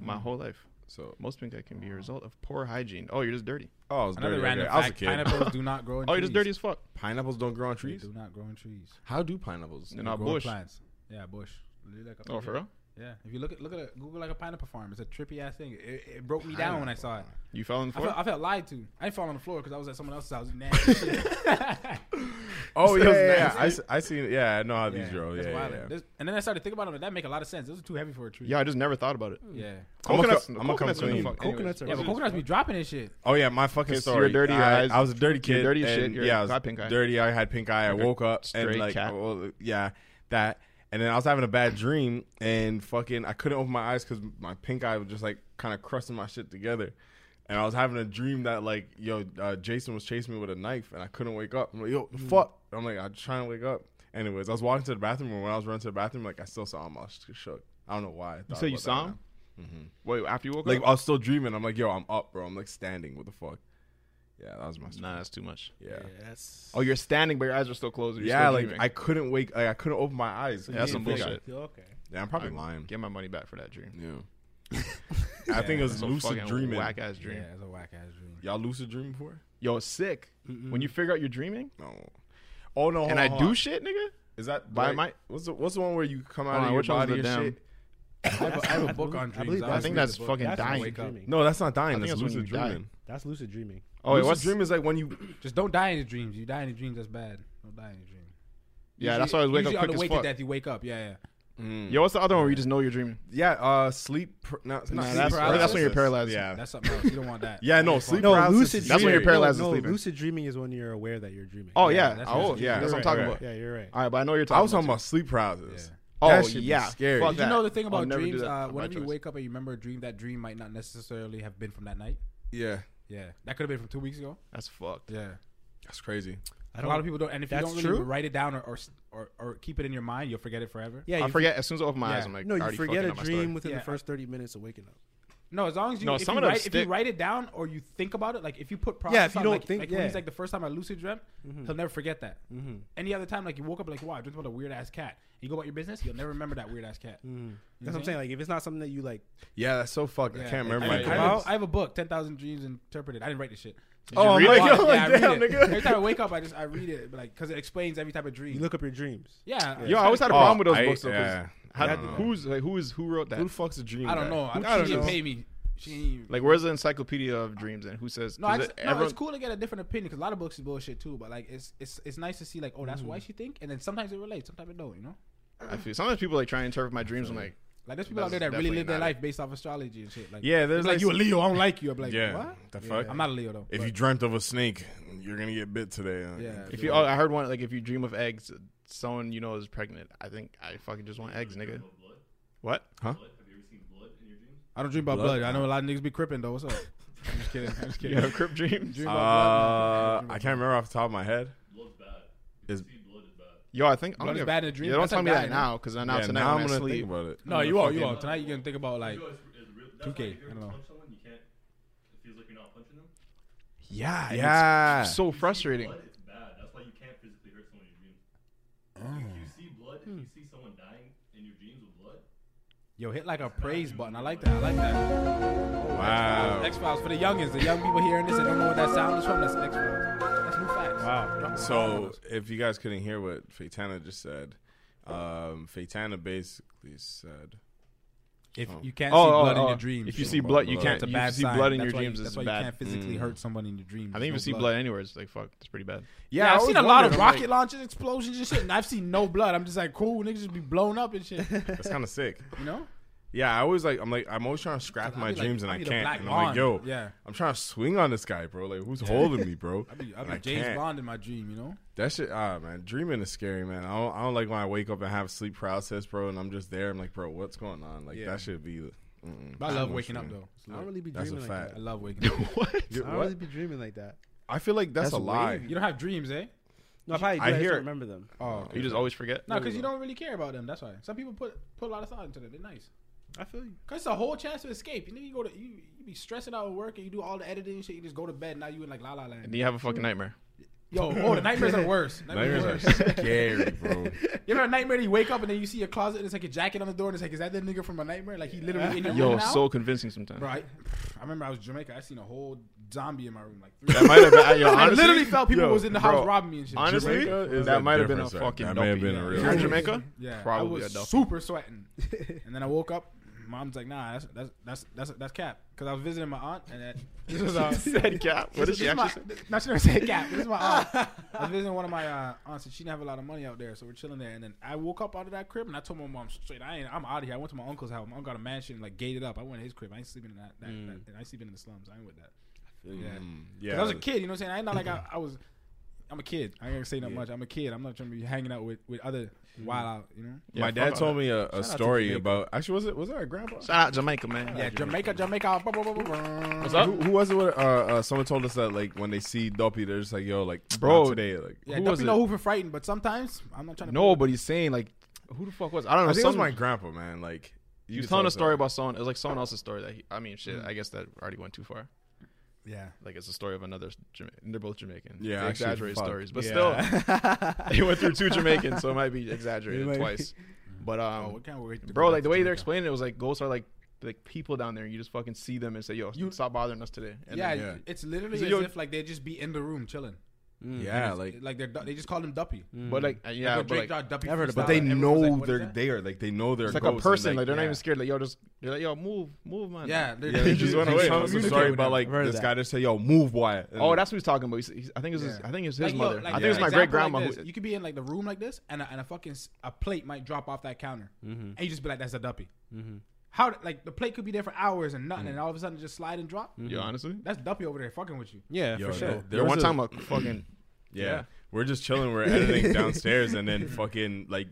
My whole life.
So,
Most pink eye can be a result of poor hygiene. Oh, you're just dirty.
oh, it's
Another
dirty.
random
okay. I was a
fact:
kid.
pineapples do not grow in
Oh,
trees.
you're just dirty as fuck.
Pineapples don't grow on
They
trees.
do not grow in trees.
How do pineapples?
They're not
Grow in
bush.
plants. Yeah, bush. Literally like up
Oh,
here.
for real?
Yeah. If you look at look at a, Google like a pineapple farm, it's a trippy ass thing. It, it broke me down when I saw it.
You fell in the
I felt,
floor?
I felt lied to. I didn't fall on the floor because I was at someone else's house. Nasty shit.
Oh yeah,
Sounds
yeah, yeah.
nasty.
I, s- I seen. it. Yeah, I know how these
Yeah,
grow. Yeah,
that's
yeah,
wild.
yeah.
This- And then I started thinking about them, and that make a lot of sense. Those are too heavy for a tree.
Yeah, I just never thought about it.
yeah.
I'm gonna
Coconuts-
co- I'm gonna come
coconuts are the
clean.
fuck-
Coconuts
anyways.
Yeah, but coconuts be dropping this shit.
Oh yeah, my fucking
Cause
story.
you're dirty, your
I,
eyes-
I was a dirty kid.
you're dirty as shit,
and-
you're-
Yeah, I was
got pink eye.
dirty. I had pink eye. I
Like a
woke up and
stray
like,
cat.
well, yeah, that. And then I was having a bad dream and fucking I couldn't open my eyes because my pink eye was just like kind of crusting my shit together. And I was having a dream that like, yo, uh, Jason was chasing me with a knife and I couldn't wake up. I'm like,
Hmm.
yo, fuck. I'm like, I'm trying to wake up. Anyways, I was walking to the bathroom and when I was running to the bathroom, like I still saw him. I was shook. I don't know why. I
You
thought
said you
about that
saw
now.
him? Wait, after you woke
Like I
up?
was still dreaming. I'm like, yo, I'm up, bro. I'm like standing. What the fuck? Yeah, that was my story.
Nah, that's too much.
Yeah.
Yes.
Oh, you're standing, but your eyes are still closed. You're
Yeah,
still
like
dreaming.
I couldn't wake, like I couldn't open my eyes.
Yeah, that's some
Yeah,
bullshit.
Okay.
Yeah, I'm probably lying.
Get my money back for that dream.
Yeah, I think it was
That's a
lucid
fucking
dreaming.
Whack ass dream.
Yeah, it's a whack ass dream.
Y'all lucid dream before?
Yo, it's sick. When you figure out you're dreaming,
No. Oh no, hold
and
on,
I
hold
do
on.
shit, nigga.
Is that
by
like,
my-
What's the What's the one where you come out
Hold
of
on,
your
which one's
body
the
and
damn-
shit?
I have, a- I have a book on
believe
dreams.
that's-
I think that's fucking
That's when you
dying.
wake up.
No, that's not dying.
I think
That's
that's when
lucid
you die.
dreaming.
That's lucid dreaming.
Oh, wait,
lucid
what's
dream is like when you.
Just don't die in your dreams. You die in your dreams, that's bad. Don't die in your dreams.
Yeah, that's why I was wake up
usually on
quick
the
as
way
fuck.
to death, you wake up. Yeah, yeah.
Yo, what's the other one where you just know you're dreaming?
Yeah, uh, sleep. Pr- no, it's not
Nah,
sleep
that's-
I think that's when
you're
paralysis.
paralyzed.
Yeah,
That's something else. You don't want that.
yeah, no, sleep
No,
paralysis.
lucid.
is
That's when
dreaming-
you're
weird.
paralyzed
no,
and
no,
sleeping.
Lucid dreaming is when you're aware that you're dreaming.
Oh
Yeah,
yeah,
that's
oh
what-
yeah, that's what I'm
right,
talking
right.
about.
Yeah, you're right.
All right, but I know what you're talking.
I was talking
too.
about sleep paralysis.
Oh,
That shit be
yeah,
scary.
fuck
Did
that.
You know the thing
I'll
about
never do
dreams.
that.
Uh,
Not my
whenever you
choice.
wake up and you remember a dream, that dream might not necessarily have been from that night.
Yeah,
Yeah, that could have been from two weeks ago.
That's fucked.
Yeah,
that's crazy.
a lot of people don't. And if you
That's
don't really
true?
write it down or, or s- or or keep it in your mind, you'll forget it forever.
Yeah,
I
you
forget as soon as I open my
Yeah.
eyes. I'm like,
No, you
already
forget
fucking
a
up my story.
dream within
Yeah.
the first 30 minutes of waking up.
No, as long as you
No,
if,
some
you
of them
write, if you
stick.
write it down or you think about it, like if you put process
Yeah, if you
on,
don't
like,
think-
like when
yeah. Mm-hmm.
he's like the first time I lucid dreamt, he'll never forget that. Any other time, like you woke up like wow, I dreamt about a weird ass cat. You go about your business, you'll never remember that weird ass cat.
That's what I'm saying. Like, if it's not something that you like,
Yeah, that's so fucked. I
Yeah.
can't remember
I,
my
I
Like,
dreams.
have
how-
a- I have a book, Ten Thousand Dreams Interpreted. I didn't write this shit,
Oh,
Did you read it?
God, yeah, I read
Damn,
it.
nigga.
Every time I wake up, I just I read it, like because it explains every type of dream. You
look up your dreams.
Yeah,
Yo, I always had a
Oh,
problem with those
I-
books. Though, 'cause
yeah.
how-
I don't know.
who's like who is who wrote that?
Who the
fuck's a dream?
I don't know. I, she didn't pay me. She didn't even-
Like, where's the encyclopedia of dreams and who says?
No,
'cause
I just,
it-
no,
everyone-
it's cool to get a different opinion because a lot of books is bullshit too. But like, it's it's it's nice to see like, oh, that's why she think, and then sometimes it relates, sometimes it don't. You know,
I feel sometimes people like try and interpret my dreams. I'm like,
like there's people out
that's
there that really
definitely
live their
not it.
life based off astrology and shit. Like,
Yeah, there's
it's like,
like
you a
s-
Leo, I don't like you. I'm like,
yeah.
what?
The fuck?
I'm not a Leo though.
If you dreamt of a snake, you're gonna get bit today. huh?
If you, oh, I heard one like if you dream of eggs, someone you know is pregnant. I think I fucking just want eggs, nigga. What? Huh?
I don't dream about blood.
Blood?
I know a lot of niggas be cripping though. What's up? I'm just kidding. I'm just
You
kidding.
have crip dreams?
Dream
Uh,
about
I can't remember off the top of my head. Is-
Yo, I think I'm
Blood
gonna
is bad in a dream.
Yeah, don't
That's
tell
like
me that
dying.
now, because now
Yeah,
tonight
now
when
I'm
I
gonna
sleep.
think about it.
No, you are. You are. Tonight you're gonna think about like
Yo, it's- it's real- that's
2K.
why
I
if you
don't
ever
know.
punch someone, you can't. It feels like you're not punching them.
Yeah, and
Yeah.
It's so frustrating.
Blood, it's bad. That's why you can't physically hurt someone in your dreams. If you see blood, if you see someone dying in your dreams with blood,
Yo, hit like a praise button. I like that. I like that.
Wow.
X Files for the youngins, the young people hearing this and don't know what that sound is from. That's X Files. That's new facts. Drop the bomb on
So
us.
if you guys couldn't hear what Faitana just said, um, Faitana basically said,
If
Oh.
you can't see blood in your dreams,
If you see blood, you can't.
It's a
If you
bad
see
sign.
blood in
That's
your
why you-
dreams,
that's
it's
why you
bad.
can't physically hurt someone in your dreams.
I think if
There's no
you see
blood.
blood. anywhere, it's like fuck. That's pretty bad.
Yeah, I've seen a lot of rocket
launch.
launches, explosions and shit, and I've seen no blood. I'm just like, cool, niggas just be blown up and shit.
"That's kind of sick."
You know?
Yeah, I always like I'm like I'm always trying to scrap
I'll
my
be like-
dreams
I'll be
and
the
I can't.
Black
And I'm like, yo,
Bond. Yeah.
I'm trying to swing on this guy, bro. Like, who's holding me, bro?
I be, I
And
be
I
James
can't.
Bond in my dream, you know?
That shit, ah, man, dreaming is scary, man. I don't, I don't like when I wake up and have sleep paralysis, bro, and I'm just there. I'm like, bro, what's going on? Like
Yeah.
that should be. mm-mm.
But I love
don't
waking up
dream.
though. It's
I don't
lit.
really be
That's a
dreaming like
fact.
that.
I love waking up.
what?
I don't really be dreaming like that.
I feel like that's,
That's
a lie.
wavy.
You don't have dreams, eh?
No, I probably do. I, just don't remember them.
Oh, okay.
You just always forget.
No, because you don't really care about them. That's why. Some people put put a lot of thought into them. They're nice.
I feel you.
Cause it's a whole chance to escape. You know, you go to you, you be stressing out at work and you do all the editing and shit. You just go to bed. Now you in like la la land.
And you have a fucking nightmare.
Yo, oh, the nightmares are worse.
Nightmares
worse.
are scary, bro.
You ever had a nightmare? that You wake up and then you see your closet and it's like a jacket on the door and it's like, is that the nigga from a nightmare? Like he literally in your
Yo,
room now.
so convincing sometimes.
Bro, I, I remember I was in Jamaica. I seen a whole zombie in my room. Like three
That might have been. Yo,
I
honestly,
literally felt people
yo,
was in the house
bro,
robbing me and shit.
Honestly,
Jamaica is a
that might have been a
different side.
fucking.
That may have
dumpy.
been a real-
You're in Jamaica.
Yeah,
probably
I
a
was
dumpy.
super sweating, and then I woke up. Mom's like, "Nah, that's that's that's that's, that's cap." Because I was visiting my aunt, and that, this was uh,
She said cap. What
this-
did she
this
actually
my,
say?
th- No, she never said cap. This is my aunt. I was visiting one of my uh, aunts, and she didn't have a lot of money out there, so we're chilling there. And then I woke up out of that crib, and I told my mom straight, "I ain't. I'm out of here." I went to my uncle's house. My uncle got a mansion, like gated up. I went to his crib. I ain't sleeping in that. that,
Mm.
that- and I ain't sleeping in the slums. I ain't with that.
feel you.
Yeah.
Mm,
'Cause
yeah.
I was a kid. You know what I'm saying? I ain't not like I, I was. I'm a kid. I ain't gonna say not much. I'm a kid. I'm not trying to be hanging out with, with other wild out. You know.
My dad told me a,
Shout
a
out to
story
Jamaica.
about actually was it was that a grandpa?
Shout out Jamaica, man.
Yeah, Jamaica, Jamaica. blah, blah, blah, blah.
Who, who was it? With, uh, uh, someone told us that like when they see Dopey, they're just like, "Yo, like,
Bro,
bro, today." Like,
Yeah,
Who
don't
was
be
it?
no hoofing frightened, but sometimes I'm not trying to.
No, but he's saying like, who the fuck was? I don't know.
I think it was
some-
my grandpa, man. Like,
He was
could
telling
tell
a story
that.
about someone. It was like someone else's story that he. I mean, shit.
Mm.
I guess that already went too far.
Yeah.
Like it's a story of another. Jama- They're both Jamaican.
Yeah,
they
actually,
exaggerate
fuck.
stories, but Mm.
Yeah.
still, they went through two Jamaicans, so it might be exaggerated
It might
twice. But um,
Oh, what kind of way to
bro,
go
like
back
the
to
way they're
Jamaica?
explaining it was like ghosts are like like people down there. and You just fucking see them and say, "Yo, you stop bothering us today." And
yeah,
then-
it's literally
So,
as
yo-
if like they just be in the room chilling.
Yeah,
It's-
like-
like they're du- they just call them Duppy.
But, like, uh, yeah,
when
but,
Drake
like-
dropped Duppy
I've heard
freestyle,
But they
everyone
know
was like, what is
they're
that?
there. Like they know they're
It's like a
ghosts, and,
person. Like, they're not
yeah.
even scared. Like yo, just they're like yo, move, move, man.
Yeah, they're-
Yeah, he just went away. I'm so sorry about like
Heard of
this
that.
guy just say, "Yo, move, Wyatt." And-
Oh, that's what he's talking about. He's, he's, I think it's his,
Yeah.
I think it's his
Like, yo,
mother.
like,
I think
for
it's my
example,
great grandma.
like
who
this, you could be in like the room like this, and a, and a fucking s- a plate might drop off that counter,
Mm-hmm.
and you just be like, "That's a duppy." How d- like the plate could be there for hours and nothing, and all of a sudden just slide and drop.
Mm-hmm. Yo, honestly,
That's duppy over there fucking with you.
Yeah,
Yo,
for sure.
there-
there
was
one
a-
time a fucking
Yeah.
Yeah.
We're just chilling. We're editing downstairs, and then fucking like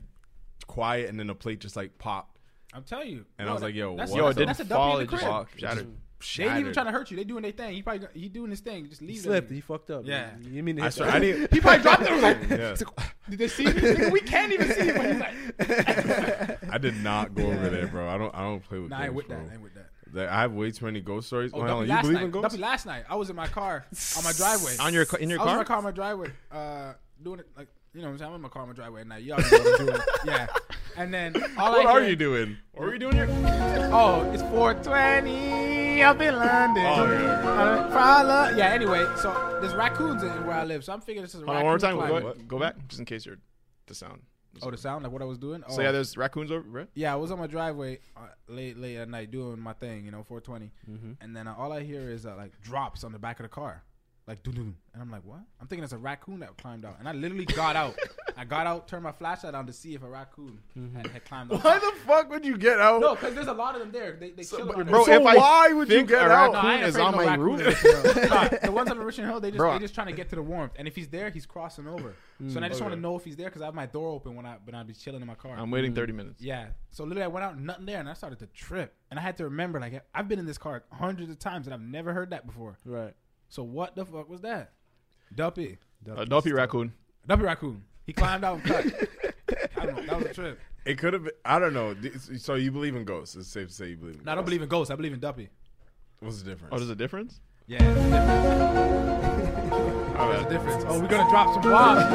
quiet, and then the plate just like popped,
I'm telling you.
and
No,
I was
that-
like, "Yo,
that's
what?"
Yo,
the
it didn't
that's a
fuck?
dumpy
fall.
in
It
the
just
crib.
walked, shattered.
They ain't even
Shattered.
trying to hurt you. They doing their thing. He probably he doing his thing. Just leave.
He
that
slipped.
nigga.
He fucked up.
Yeah.
You mean to
I
hit
swear,
that?
I didn't.
He probably dropped it. It was like,
Yeah.
did they see me? Nigga, we can't even see you. But he's like,
I did not go over there, bro. I don't. I don't play with.
Nah, I
ghosts,
ain't with
bro.
that. I ain't with that.
Like, I have way too many ghost stories.
Oh,
Hold
Duffy
on, you
last
believe
night.
in ghosts?
Duffy last night. I was in my car on my driveway.
On your ca- in your
I was
car?
in my car on my driveway. Uh, doing it like you know what I'm saying. I'm in my car on my driveway at night. You already know what I'm doing. Yeah. And then all
What
I
are
hear-
you doing?
What were you doing here?
Oh, it's 420. me up in London.
Oh, yeah, yeah.
Uh, Prala- yeah, anyway, so there's raccoons in where I live, so I'm figuring this is a
Hold on,
raccoon.
one more time.
climate.
Go, go back, just in case you're the sound.
Oh, the sound, like what I was doing?
So
Oh.
yeah, there's raccoons over. Right?
Yeah, I was on my driveway uh, late late at night doing my thing, you know, 420. And then uh, all I hear is uh, like drops on the back of the car. Like doo doo. And I'm like, "What?" I'm thinking it's a raccoon that climbed out. And I literally got out. I got out, turned my flashlight on to see if a raccoon had, had climbed out.
Why the fuck would you get out?
No, because there's a lot of them there. They, they kill them.
bro, So if I why would you think get a out? raccoon
No, I ain't
is
afraid of
on
no
my
raccoon
roof?
in Richmond Hill. Nah, the ones on the Richmond Hill, they just
Bro.
they just trying to get to the warmth. And if he's there, he's crossing over. So then I
Mm.
just want to
Okay.
know if he's there because I have my door open when I when I'd be chilling in my car.
I'm waiting 30 minutes.
Yeah. So literally, I went out, nothing there, and I started to trip. And I had to remember, like I've been in this car hundreds of times, and I've never heard that before.
Right.
So what the fuck was that? Dumpy.
A Dumpy Oh, raccoon.
Dumpy raccoon. He climbed out and cut. I don't know. That was a trip.
It could have. been I don't know. Th- So you believe in ghosts? It's safe to say you believe. in
No, I don't
ghosts.
believe in ghosts. I believe in Dumpy.
What's the difference?
Oh, there's a difference.
Yeah. There's a difference. Oh, we're gonna drop some bombs.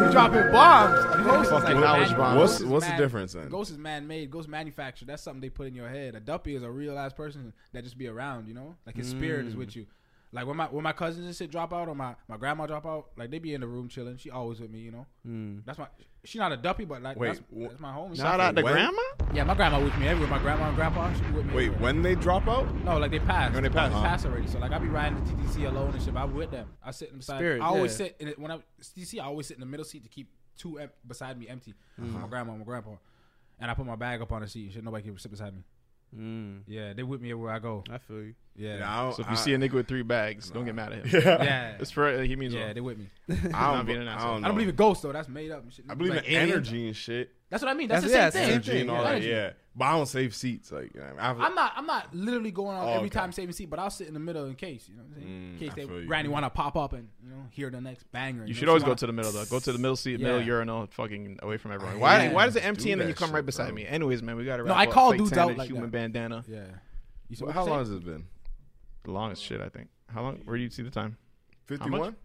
we're dropping bombs. Ghost is
Fucking
like
knowledge
man-
bomb.
ghost
What's-
is
what's the
man-
difference then?
Ghost is man-made. Ghost manufactured. That's something they put in your head. A duppy is a real-ass person that just be around. You know, like his spirit is
Mm.
with you. Like when my when my cousins and shit drop out or my, my grandma drop out, like they be in the room chilling. She always with me. You know,
Mm.
that's my. She not a duppy, but like
Wait,
that's,
wh-
that's my homie.
Shout out to When? grandma?
Yeah, my grandma with me everywhere. My grandma and grandpa she with me.
Wait,
everywhere.
when they drop out?
No, like they pass.
When they pass.
They pass already. So like I be riding the TTC alone and shit. But I'm with them. I sit them beside.
Spirit,
I always
yeah.
sit in it, when I TTC. I always sit in the middle seat to keep two em- beside me empty. for
Uh-huh.
My grandma, and my grandpa, and I put my bag up on the seat. and Shit, nobody can sit beside me. Yeah, they with me everywhere I go.
Mm. I feel you.
Yeah.
Yeah, I don't-
So if
I-
you
uh,
see a nigga with three bags, don't get mad at him.
Yeah.
Yeah.
It's for uh, he means
Yeah,
well.
they with me.
He's
I
not
don't
being
be-
an
I
asshole.
don't
I don't believe in ghosts though. That's made up. and Shit.
I believe
Like
in
aliens.
energy and shit.
That's what I mean. That's,
yeah,
the same thing.
Energy and all that.
Energy.
Yeah, but I don't save seats. Like you know, I have-
I'm not. I'm not literally going out
Oh,
every
okay.
time saving seat, but I'll sit in the middle in case you know. What I'm saying? in
Mm,
case
I
they
feel you.
randomly want to pop up and you know hear the next banger.
You
know,
should always
she
go
wanna-
to the middle though. Go to the middle seat,
Yeah.
middle urinal, fucking away from everyone.
I
Why?
hate
Why does it
dudes
empty
do
and then
that
you come
shit,
right beside
bro.
me? Anyways, man, we gotta.
No,
Wrap
I
up.
call
Fake
dudes
tanning,
out like
human
that.
bandana.
Yeah. You see
Well,
what
how
I'm
long
saying?
has it been?
Long as shit, I think. How long? Where do you see the time? How much?
Fifty-one.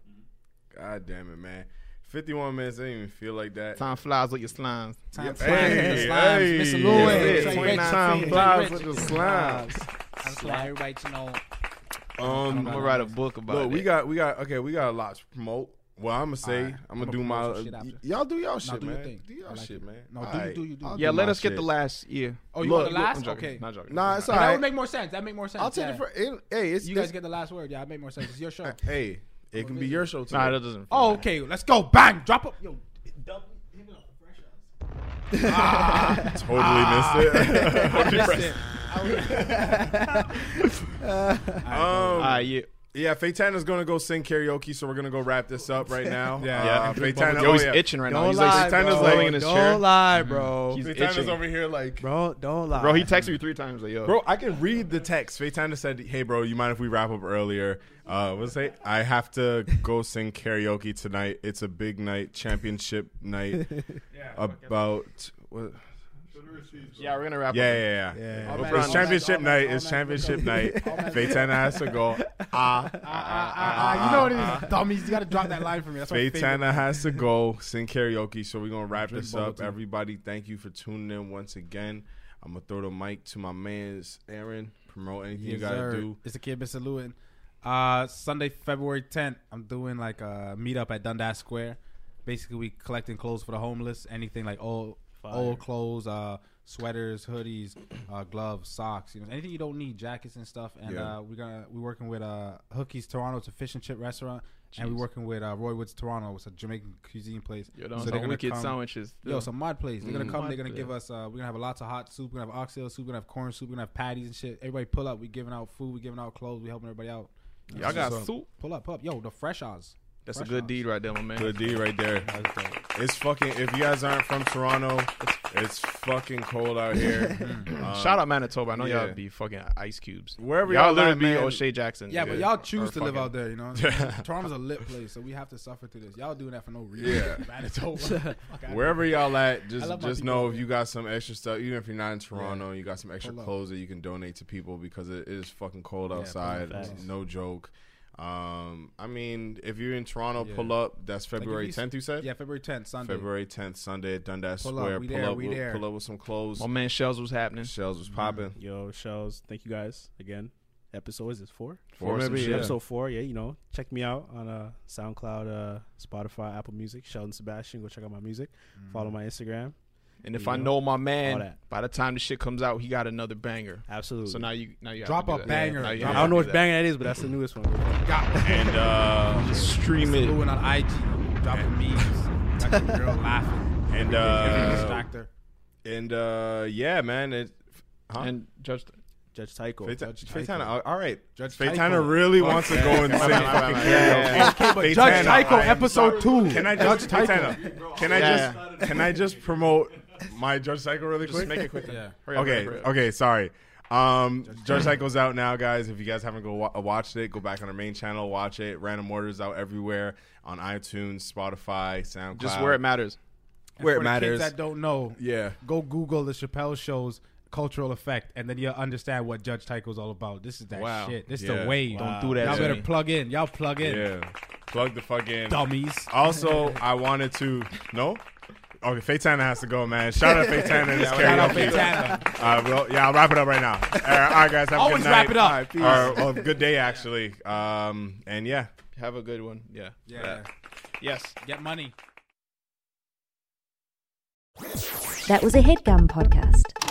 God damn it, man! Fifty-one minutes. I didn't even feel like that.
Time flies with your slimes.
Time
Yeah,
flies with the slimes. Mr.
yeah,
Louis.
yeah,
Trey
yeah.
Rich.
Time
Trey
flies
Rich.
with the slimes.
That's why everybody to know.
Um,
I'm gonna write a book about
Look,
it.
we got, we got, okay, we got a lot to promote. Well, I'm gonna say,
Alright,
I'm gonna
I'ma
do
promote
my,
some shit after.
y'all do
Nah,
y'all shit,
do your
man.
thing.
do y'all
I like
shit,
it.
man.
No, do you,
Alright,
do you, do
I'll
you.
yeah,
do
let
my
us get
shit.
the last year.
Oh, you
Look,
want the
look,
last?
I'm joking.
Okay.
Not joking.
Nah, it's
That
alright.
would make more sense. That make more sense.
I'll take
yeah.
it for. It, hey, it's
You guys get the last word. Yeah, I make more sense. It's your show.
Hey, it can be your show too.
Nah, that doesn't.
Oh, okay. Let's go. Bang. Drop up. Yo. Double. Hit me on the fresh eyes.
totally
I
missed
missed
it.
it. I was-
Um,
Ah, yeah.
yeah, Faitana's gonna go sing karaoke, so we're gonna go wrap this up right now.
Yeah.
uh,
Yeah.
Faitana,
Yo,
oh,
he's
yeah.
itching right now.
Don't
He's like,
lie,
Faitana's
bro.
laying in his
Don't
chair.
lie, bro.
He's
Faitana's
itching.
over here like,
Bro, don't lie.
Bro, he texted me three times. Like, yo,
Bro, I can read the text. Faitana said, "Hey, bro, you mind if we wrap up earlier?" Uh, what's it? I have to go sing karaoke tonight. It's a big night, championship night. about what?
Yeah, we're gonna wrap.
Yeah,
up.
yeah, yeah.
Yeah.
It's
All night,
championship
all night,
night.
all
It's
night,
championship
all
night.
night.
Faitana has to go. Ah, ah, ah,
Ah, ah,
ah,
you know what
ah, ah.
it is, dummies. You gotta drop that line for me. That's my favorite.
Faitana has to go sing karaoke, so we're gonna wrap
Drink
this
bubble
up.
tea.
Everybody, thank you for tuning in once again. I'm gonna throw the mic to my man's Aaron. Promote anything you
Yes,
gotta
sir.
do.
It's the kid, Mr. Lewin. Uh, Sunday, February 10th, I'm doing like a meetup at Dundas Square. Basically, we collecting clothes for the homeless. Anything like old, old clothes, uh, sweaters, hoodies, uh, gloves, socks. You know, anything you don't need, jackets and stuff. And
Yeah.
uh, we're gonna we're working with uh, Hookie's Toronto. It's a fish and chip restaurant. And we're working with uh, Roy Woods Toronto. It's a Jamaican cuisine place.
Yo, those
they're
are
gonna
wicked
come-
sandwiches,
Yo,
though.
some mod plays. They're gonna
Mm.
come.
Mod
they're gonna
play.
give us us. Uh, we're gonna have lots of hot soup. We're gonna have oxtail soup. We're gonna have corn soup. We're gonna have patties and shit. Everybody pull up. We giving out food. We giving out clothes. We helping everybody out.
Y'all got
So,
soup?
Pull up, pull up. Yo, the fresh Oz.
That's a
Fresh
good
Oz.
deed right there, my man.
Good D right there. It's fucking. If you guys aren't from Toronto, it's fucking cold out here. Um,
Shout out Manitoba. I know
yeah.
y'all be fucking ice cubes.
Wherever
y'all,
y'all at,
literally be
man.
O'Shea Jackson.
Yeah, but
dude.
y'all
Or
choose to live
fucking-
out there. You know, Toronto's a lit place, so we have to suffer through this. Y'all doing that for no reason.
Yeah.
Manitoba. Fuck outta
Wherever y'all at,
I
just
love my
just
people
know
over
if
here.
you got some extra stuff, even if you're not in Toronto, you got some extra
Pull up.
clothes that you can donate to people because it is fucking cold
pull up.
outside.
Facts.
no joke. Um, I mean, if you're in Toronto,
Yeah.
pull up. That's
Like, if
February
you s-
10th. You said
Yeah, February 10th, Sunday.
February 10th, Sunday at Dundas
Pull up,
Square.
we
pull
there,
up,
we
with-
there. Mm-hmm.
pull up with some clothes.
My man Shells was happening.
Shells was popping.
Yo, shells. Thank you guys again. episode is this four?
Four,
Some
maybe,
shit.
yeah.
Episode four, yeah. You know, check me out on uh, SoundCloud, uh, Spotify, Apple Music, Sheldon Sebastian. Go check out my music. Follow my Instagram.
And if
You
I know my
all
man,
that.
by the time the shit comes out, he got another banger.
Absolutely.
So now you now you have
Drop
to do
a
that.
banger.
Now you
Drop
have
I
to
don't know
do
which
that.
banger that is, but that's the newest one.
and uh, stream it.
Going
on IG, dropping memes, like a girl laughing.
And
Everything is
uh,
factor.
and uh, yeah, man. It, huh?
And Judge
Judge Tycho.
Fate-
Judge
Fate
Tycho.
Tana, all right.
Judge
Fate
Tycho.
Tana really
Fuck
wants to
yeah.
go and
My
sing
bad, my
fucking
bad, yeah.
karaoke.
Okay, but
Fate
Judge
Tana,
Tycho,
I am
episode
sorry.
two.
Can I just
Judge
Fate
Tycho.
Tana, Can I
Yeah.
just can I just promote my Judge Psycho really
Just
quick?
make it quick then. Yeah. Hurry up, hurry
Okay.
up, hurry up.
Okay. Sorry. Um, Judge Psycho's out now, guys. If you guys haven't go wa- watched it, go back on our main channel, watch it. Random Orders out everywhere on iTunes, Spotify, SoundCloud.
Just where it matters.
And
Where it
for the
matters.
Kids that don't know,
Yeah.
go Google the Chappelle show's cultural effect, and then you'll understand what Judge Tycho's all about. This is that
Wow.
shit. This is
Yeah.
the wave.
Don't do that
Y'all
to
better
me.
plug in. Y'all plug in.
Yeah. Plug the fuck in.
Dummies.
Also, I wanted to. No? Okay, Faitana has to go, man. Shout out Faitana and his
Yeah,
karaoke.
shout out
Uh, well, yeah, I'll wrap it up right now. All right, all right, guys. Have a
Always
good night.
wrap it up.
All right,
Peace.
Or, well, good day, actually. Um, and yeah.
Have a good one. Yeah.
Yeah.
Yes.
Get money.
That was a headgum podcast.